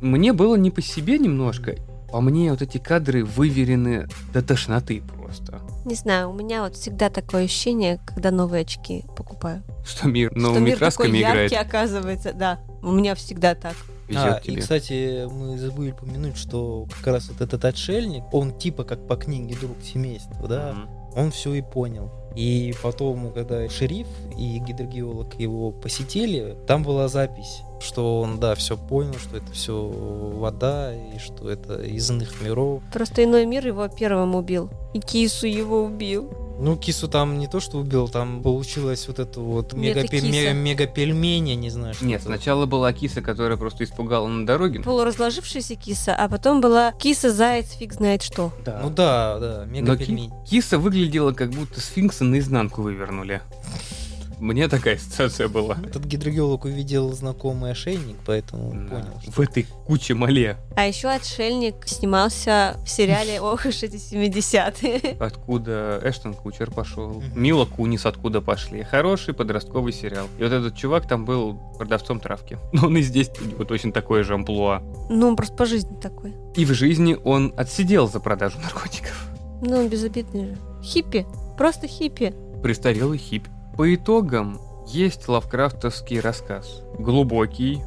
Speaker 1: Мне было не по себе немножко, по мне вот эти кадры выверены до тошноты просто.
Speaker 2: Не знаю, у меня вот всегда такое ощущение, когда новые очки покупаю.
Speaker 1: Что мир
Speaker 2: Что
Speaker 1: новыми
Speaker 2: мир
Speaker 1: красками
Speaker 2: такой
Speaker 1: Ну, играет.
Speaker 2: яркий, оказывается, да. У меня всегда так.
Speaker 1: Везет
Speaker 3: А,
Speaker 1: тебе.
Speaker 3: и, кстати, мы забыли упомянуть, что как раз вот этот отшельник, он типа как по книге друг семейства, да,
Speaker 1: Мгм.
Speaker 3: он все и понял. И потом, когда шериф и гидрогеолог его посетили, там была запись, что он, да, все понял, что это все вода, и что это из иных миров.
Speaker 2: Просто иной мир его первым убил. И кису его убил.
Speaker 3: Ну, кису там не то, что убил, там получилось вот это вот
Speaker 2: Мета
Speaker 3: мегапе-
Speaker 2: киса.
Speaker 3: мега- мегапельмени, не знаю, что
Speaker 1: Нет,
Speaker 3: это.
Speaker 1: сначала была киса, которая просто испугала на дороге.
Speaker 2: Полуразложившаяся киса, а потом была киса-заяц, фиг знает что.
Speaker 1: Да.
Speaker 3: Ну да, да,
Speaker 1: Но ки-
Speaker 3: мегапельмень.
Speaker 1: киса выглядела, как будто сфинкса наизнанку вывернули. Мне такая ассоциация была.
Speaker 3: Этот гидрогеолог увидел знакомый ошейник, поэтому он
Speaker 1: Да.
Speaker 3: понял, что
Speaker 1: В этой куче мале.
Speaker 2: А еще отшельник снимался в сериале «Ох уж эти 70-е».
Speaker 1: Откуда Эштон Кучер пошел,
Speaker 3: Мгм.
Speaker 1: Мила Кунис откуда пошли. Хороший подростковый сериал. И вот этот чувак там был продавцом травки. [LAUGHS] Но он и здесь у него точно такое же амплуа.
Speaker 2: [LAUGHS] Ну, он просто по жизни такой.
Speaker 1: И в жизни он отсидел за продажу наркотиков.
Speaker 2: Ну, он безобидный же. Хиппи. Просто хиппи.
Speaker 1: Престарелый хип. По итогам есть лавкрафтовский рассказ. Глубокий,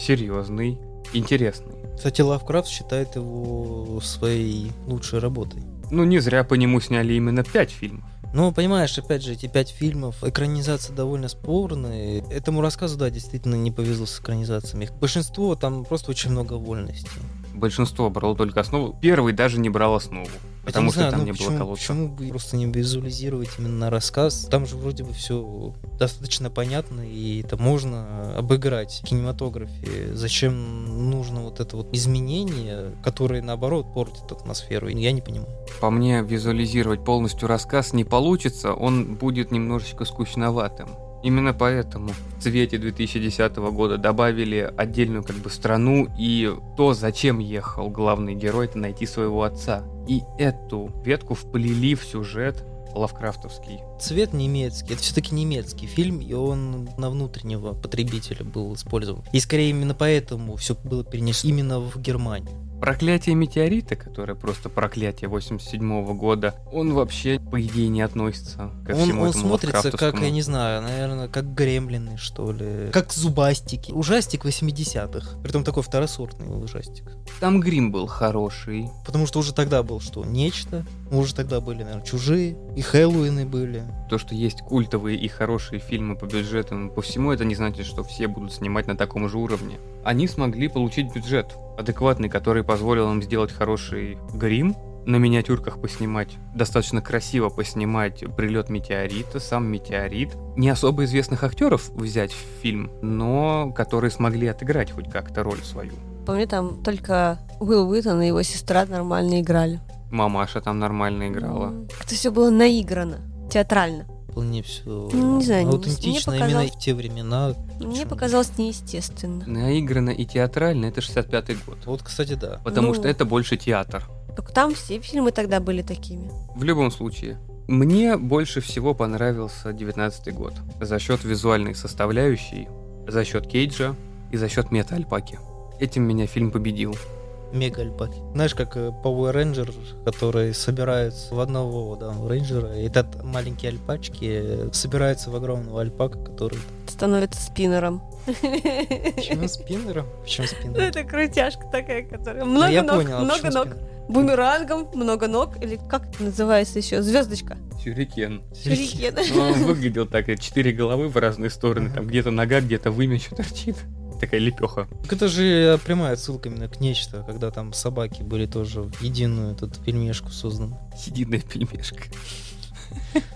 Speaker 1: серьезный, интересный.
Speaker 3: Кстати, Лавкрафт считает его своей лучшей работой.
Speaker 1: Ну, не зря по нему сняли именно пять фильмов.
Speaker 3: Но, понимаешь, опять же, эти пять фильмов, экранизация довольно спорная. Этому рассказу, да, действительно не повезло с экранизациями. Большинство там просто очень много вольности.
Speaker 1: Большинство брало только основу. Первый даже не брал основу.
Speaker 3: Хотя,
Speaker 1: Потому что
Speaker 3: знаю,
Speaker 1: там
Speaker 3: ну,
Speaker 1: не было
Speaker 3: почему-
Speaker 1: колодца.
Speaker 3: Почему бы просто не визуализировать именно рассказ? Там же вроде бы все достаточно понятно, и это можно обыграть в кинематографе. Зачем нужно вот это вот изменение, которое, наоборот, портит атмосферу? Я не понимаю.
Speaker 1: По мне, визуализировать полностью рассказ не получится, он будет немножечко скучноватым. Именно поэтому в цвете 2010 года добавили отдельную как бы страну и то, зачем ехал главный герой, это найти своего отца. И эту ветку вплели в сюжет лавкрафтовский.
Speaker 3: Цвет немецкий, это все-таки немецкий фильм, и он на внутреннего потребителя был использован. И скорее именно поэтому все было перенесено именно в Германию.
Speaker 1: Проклятие метеорита, которое просто проклятие 87 года, он вообще, по идее, не относится ко
Speaker 3: он
Speaker 1: всему
Speaker 3: он
Speaker 1: этому
Speaker 3: смотрится как,
Speaker 1: лавкрафтовскому.
Speaker 3: я не знаю, наверное, как гремлины, что ли. Как зубастики. Ужастик 80-х. Притом такой второсортный ужастик.
Speaker 1: Там грим был хороший.
Speaker 3: Потому что уже тогда был что? Нечто. Уже тогда были, наверное, чужие. И Хэллоуины были.
Speaker 1: То, что есть культовые и хорошие фильмы по бюджетам и по всему, это не значит, что все будут снимать на таком же уровне. Они смогли получить бюджет адекватный, который позволил им сделать хороший грим, на миниатюрках поснимать, достаточно красиво поснимать прилет метеорита, сам метеорит. Не особо известных актеров взять в фильм, но которые смогли отыграть хоть как-то роль свою.
Speaker 2: По мне, там только Уилл Уиттон и его сестра нормально играли.
Speaker 1: Мамаша там нормально играла.
Speaker 2: Это все было наиграно, театрально.
Speaker 3: Вполне все
Speaker 2: Ну, не знаю, мне-
Speaker 3: аутентично
Speaker 2: мне
Speaker 3: именно
Speaker 2: показалось-
Speaker 3: в те времена.
Speaker 2: Мне
Speaker 3: Почему?
Speaker 2: показалось неестественно.
Speaker 1: Наиграно и театрально, это 65-й год.
Speaker 3: Вот, кстати, да.
Speaker 1: Потому
Speaker 2: Ну.
Speaker 1: что это больше театр.
Speaker 2: Только там все фильмы тогда были такими.
Speaker 1: В любом случае, мне больше всего понравился 19 год. За счет визуальной составляющей, за счет Кейджа и за счет мета-альпаки. Этим меня фильм победил.
Speaker 3: Мега альпаки. Знаешь, как э, Power Ranger, которые собираются в одного да, рейнджера, и этот маленькие альпачки э, собираются в огромного альпака, который...
Speaker 2: Становится спиннером. [LAUGHS]
Speaker 3: Почему спиннером? Почему
Speaker 2: Ну,
Speaker 3: спиннером?
Speaker 2: это крутяшка такая, которая
Speaker 3: Ну,
Speaker 2: много
Speaker 3: я
Speaker 2: ног,
Speaker 3: понял, а
Speaker 2: много
Speaker 3: почему
Speaker 2: ног.
Speaker 3: спиннером?
Speaker 2: Бумерангом, много ног, или как это называется еще? Звездочка.
Speaker 1: Сюрикен.
Speaker 2: Шурикен.
Speaker 1: Ну, он выглядел так, э, четыре головы в разные стороны, там где-то нога, где-то вымя еще торчит. Такая лепеха.
Speaker 3: Так Это же прямая отсылка именно к нечто, когда там собаки были тоже в единую тут пельмешку созданы.
Speaker 1: Сидидная пельмешка.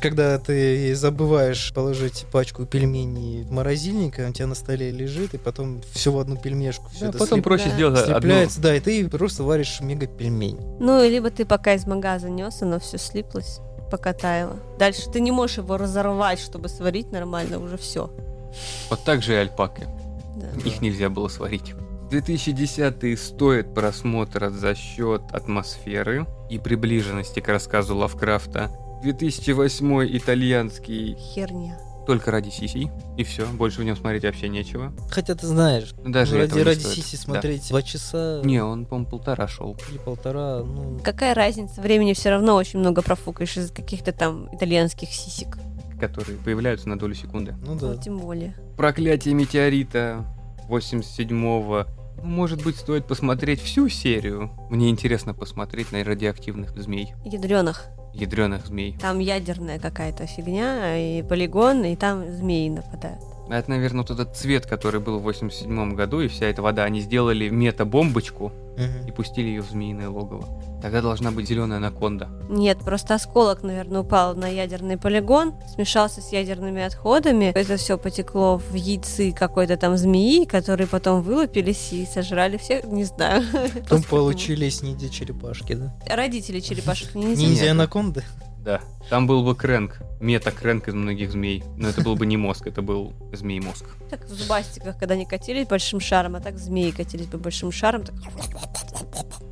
Speaker 3: Когда ты забываешь положить пачку пельменей в морозильник, и он у тебя на столе лежит, и потом все в одну пельмешку. Все
Speaker 1: Да,
Speaker 3: это
Speaker 1: потом
Speaker 3: слеп-
Speaker 1: проще
Speaker 2: Да.
Speaker 1: сделать одну.
Speaker 3: слепляется, да, и ты просто варишь мега пельмень.
Speaker 2: [LAUGHS] Ну, и либо ты пока из магаза нес, оно все слиплось, пока таяло. Дальше ты не можешь его разорвать, чтобы сварить нормально уже все.
Speaker 1: Вот так же и альпаки.
Speaker 2: Да.
Speaker 1: Их нельзя было сварить. 2010 стоит просмотра за счет атмосферы и приближенности к рассказу Лавкрафта. 2008 итальянский
Speaker 2: Херня.
Speaker 1: только ради сисей, и все, больше в нем смотреть вообще нечего.
Speaker 3: Хотя ты знаешь, ну,
Speaker 1: Даже
Speaker 3: ради,
Speaker 1: этого не
Speaker 3: ради
Speaker 1: стоит.
Speaker 3: сиси
Speaker 1: Да.
Speaker 3: смотреть два часа
Speaker 1: Не, он, по-моему, полтора шел.
Speaker 3: или полтора, ну...
Speaker 2: Какая разница? Времени все равно очень много профукаешь из каких-то там итальянских сисек.
Speaker 1: которые появляются на долю секунды.
Speaker 3: Ну да.
Speaker 2: Ну, тем более.
Speaker 1: Проклятие метеорита 87-го. Ну, Может быть, стоит посмотреть всю серию. Мне интересно посмотреть на радиоактивных змей,
Speaker 2: Ядреных.
Speaker 1: ядреных змей.
Speaker 2: Там ядерная какая-то фигня, и полигон, и там змеи нападают.
Speaker 1: А Это, наверное, вот этот цвет, который был в 87 году, и вся эта вода. Они сделали мета-бомбочку и
Speaker 3: Мгм.
Speaker 1: пустили ее в змеиное логово. Тогда должна быть зеленая анаконда.
Speaker 2: Нет, просто осколок, наверное, упал на ядерный полигон, смешался с ядерными отходами. Это все потекло в яйцы какой-то там змеи, которые потом вылупились и сожрали всех, не знаю.
Speaker 3: Потом
Speaker 1: ну.
Speaker 3: получились ниндзя-черепашки, да?
Speaker 2: Родители черепашек
Speaker 3: [LAUGHS]
Speaker 2: ниндзя.
Speaker 3: Ниндзя-анаконды?
Speaker 1: Да. Там был бы крэнк, мета-крэнк из многих змей. Но это был бы не мозг, это был змей-мозг.
Speaker 2: Так в зубастиках, когда они катились большим шаром, а так змеи катились по большим шаром, так-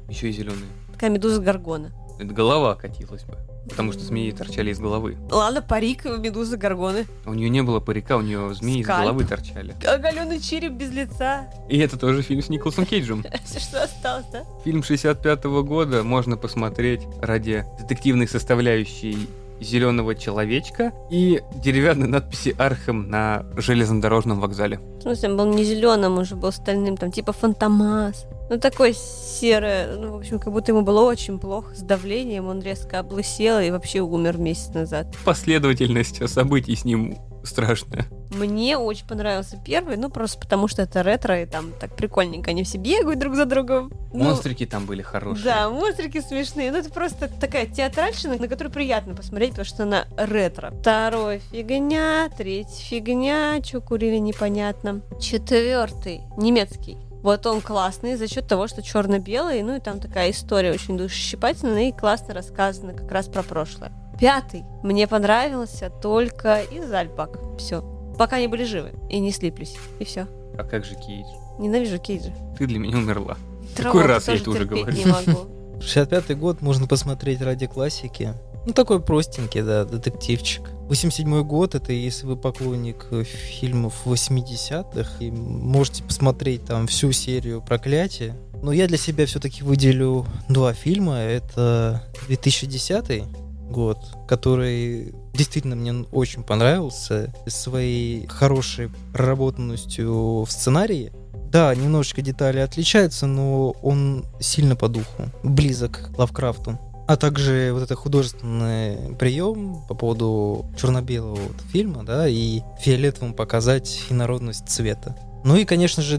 Speaker 1: Еще и зеленые.
Speaker 2: такая медуза горгона.
Speaker 1: Это голова катилась бы. Потому что змеи торчали из головы. А
Speaker 2: Ладно, парик медузы горгоны.
Speaker 1: У нее не было парика, у нее змеи
Speaker 2: Скальп.
Speaker 1: из головы торчали.
Speaker 2: Оголенный череп без лица. [LAUGHS]
Speaker 1: И это тоже фильм с Николасом Кейджем.
Speaker 2: Все, что осталось, да?
Speaker 1: Фильм 65 года можно посмотреть ради детективной составляющей зеленого человечка и деревянной надписи Архем на железнодорожном вокзале.
Speaker 2: В смысле, он был не зеленым, он же был стальным, там, типа фантомас. Ну, такой серое, ну, в общем, как будто ему было очень плохо с давлением, он резко облысел и вообще умер месяц назад.
Speaker 1: Последовательность событий с ним страшная.
Speaker 2: Мне очень понравился первый, ну, просто потому что это ретро, и там так прикольненько они все бегают друг за другом. Ну,
Speaker 1: Монстрики там были хорошие.
Speaker 2: Да, монстрики смешные. Ну, это просто такая театральщина, на которую приятно посмотреть, потому что она ретро. Второй фигня, третий фигня, что курили непонятно. Четвертый немецкий. Вот он классный за счет того, что черно-белый, ну и там такая история очень душесчипательная и классно рассказана как раз про прошлое. Пятый мне понравился только из Альпак. Все. Пока они были живы и не слиплись. И все.
Speaker 1: А как же Кейдж?
Speaker 2: Ненавижу Кейджа.
Speaker 1: Ты для меня умерла.
Speaker 2: Траву
Speaker 1: раз я
Speaker 2: тоже
Speaker 1: это уже
Speaker 2: терпеть
Speaker 1: говорю?
Speaker 2: Не могу.
Speaker 3: 65-й год можно посмотреть ради классики. Ну, такой простенький, да, детективчик. 87-й год, это если вы поклонник э, фильмов 80-х, и можете посмотреть там всю серию «Проклятие». Но я для себя все-таки выделю два фильма. Это 2010 год, который действительно мне очень понравился своей хорошей проработанностью в сценарии. Да, немножечко детали отличаются, но он сильно по духу, близок к Лавкрафту. А также вот это художественный прием по поводу черно-белого вот фильма, да, и фиолетовым показать инородность цвета. Ну и, конечно же,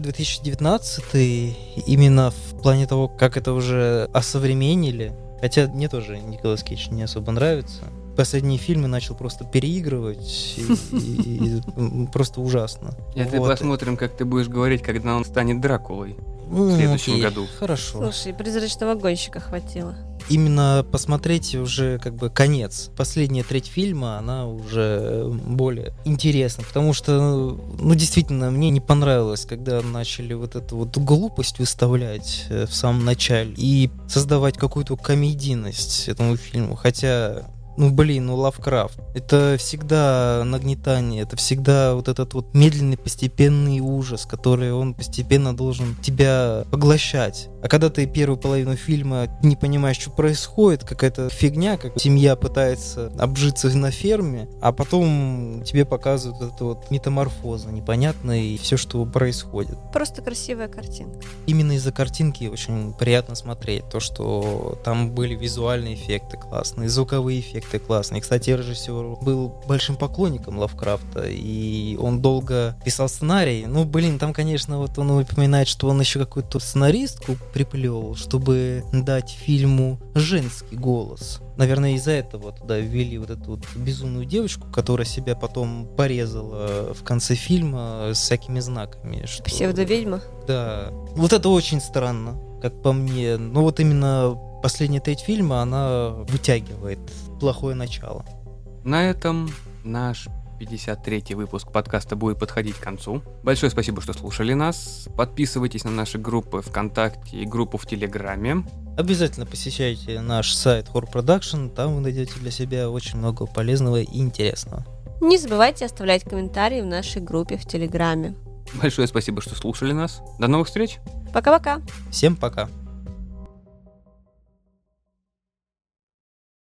Speaker 3: 2019 именно в плане того, как это уже осовременили. Хотя мне тоже Николас Кейдж не особо нравится. Последние фильмы начал просто переигрывать, и, и- и, м, просто ужасно.
Speaker 1: Это
Speaker 3: Вот.
Speaker 1: посмотрим, как ты будешь говорить, когда он станет Дракулой.
Speaker 3: Ну,
Speaker 1: в следующем
Speaker 3: окей,
Speaker 1: году.
Speaker 3: Хорошо.
Speaker 2: Слушай, призрачного гонщика хватило.
Speaker 3: Именно посмотреть уже как бы конец. Последняя треть фильма, она уже э, более интересна, потому что, ну, действительно, мне не понравилось, когда начали вот эту вот глупость выставлять э, в самом начале и создавать какую-то комедийность этому фильму, хотя... Ну блин, ну Лавкрафт. Это всегда нагнетание, это всегда вот этот вот медленный постепенный ужас, который он постепенно должен тебя поглощать. А когда ты первую половину фильма не понимаешь, что происходит, какая-то фигня, как семья пытается обжиться на ферме, а потом тебе показывают эту вот метаморфоза непонятно и все, что происходит.
Speaker 2: Просто красивая картинка.
Speaker 3: Именно из-за картинки очень приятно смотреть, то, что там были визуальные эффекты классные, звуковые эффекты классные. Кстати, режиссер был большим поклонником Лавкрафта, и он долго писал сценарий. Ну, блин, там, конечно, вот он упоминает, что он еще какую-то сценаристку приплел, чтобы дать фильму женский голос. Наверное, из-за этого туда ввели вот эту вот безумную девочку, которая себя потом порезала в конце фильма с всякими знаками. Что...
Speaker 2: Псевдоведьма.
Speaker 3: Да. Вот это очень странно, как по мне. Но вот именно последняя треть фильма, она вытягивает плохое начало.
Speaker 1: На этом наш 53-й выпуск подкаста будет подходить к концу. Большое спасибо, что слушали нас. Подписывайтесь на наши группы ВКонтакте и группу в Телеграме.
Speaker 3: Обязательно посещайте наш сайт Horror Production, там вы найдете для себя очень много полезного и интересного.
Speaker 2: Не забывайте оставлять комментарии в нашей группе в Телеграме.
Speaker 1: Большое спасибо, что слушали нас. До новых встреч.
Speaker 2: Пока-пока.
Speaker 3: Всем пока!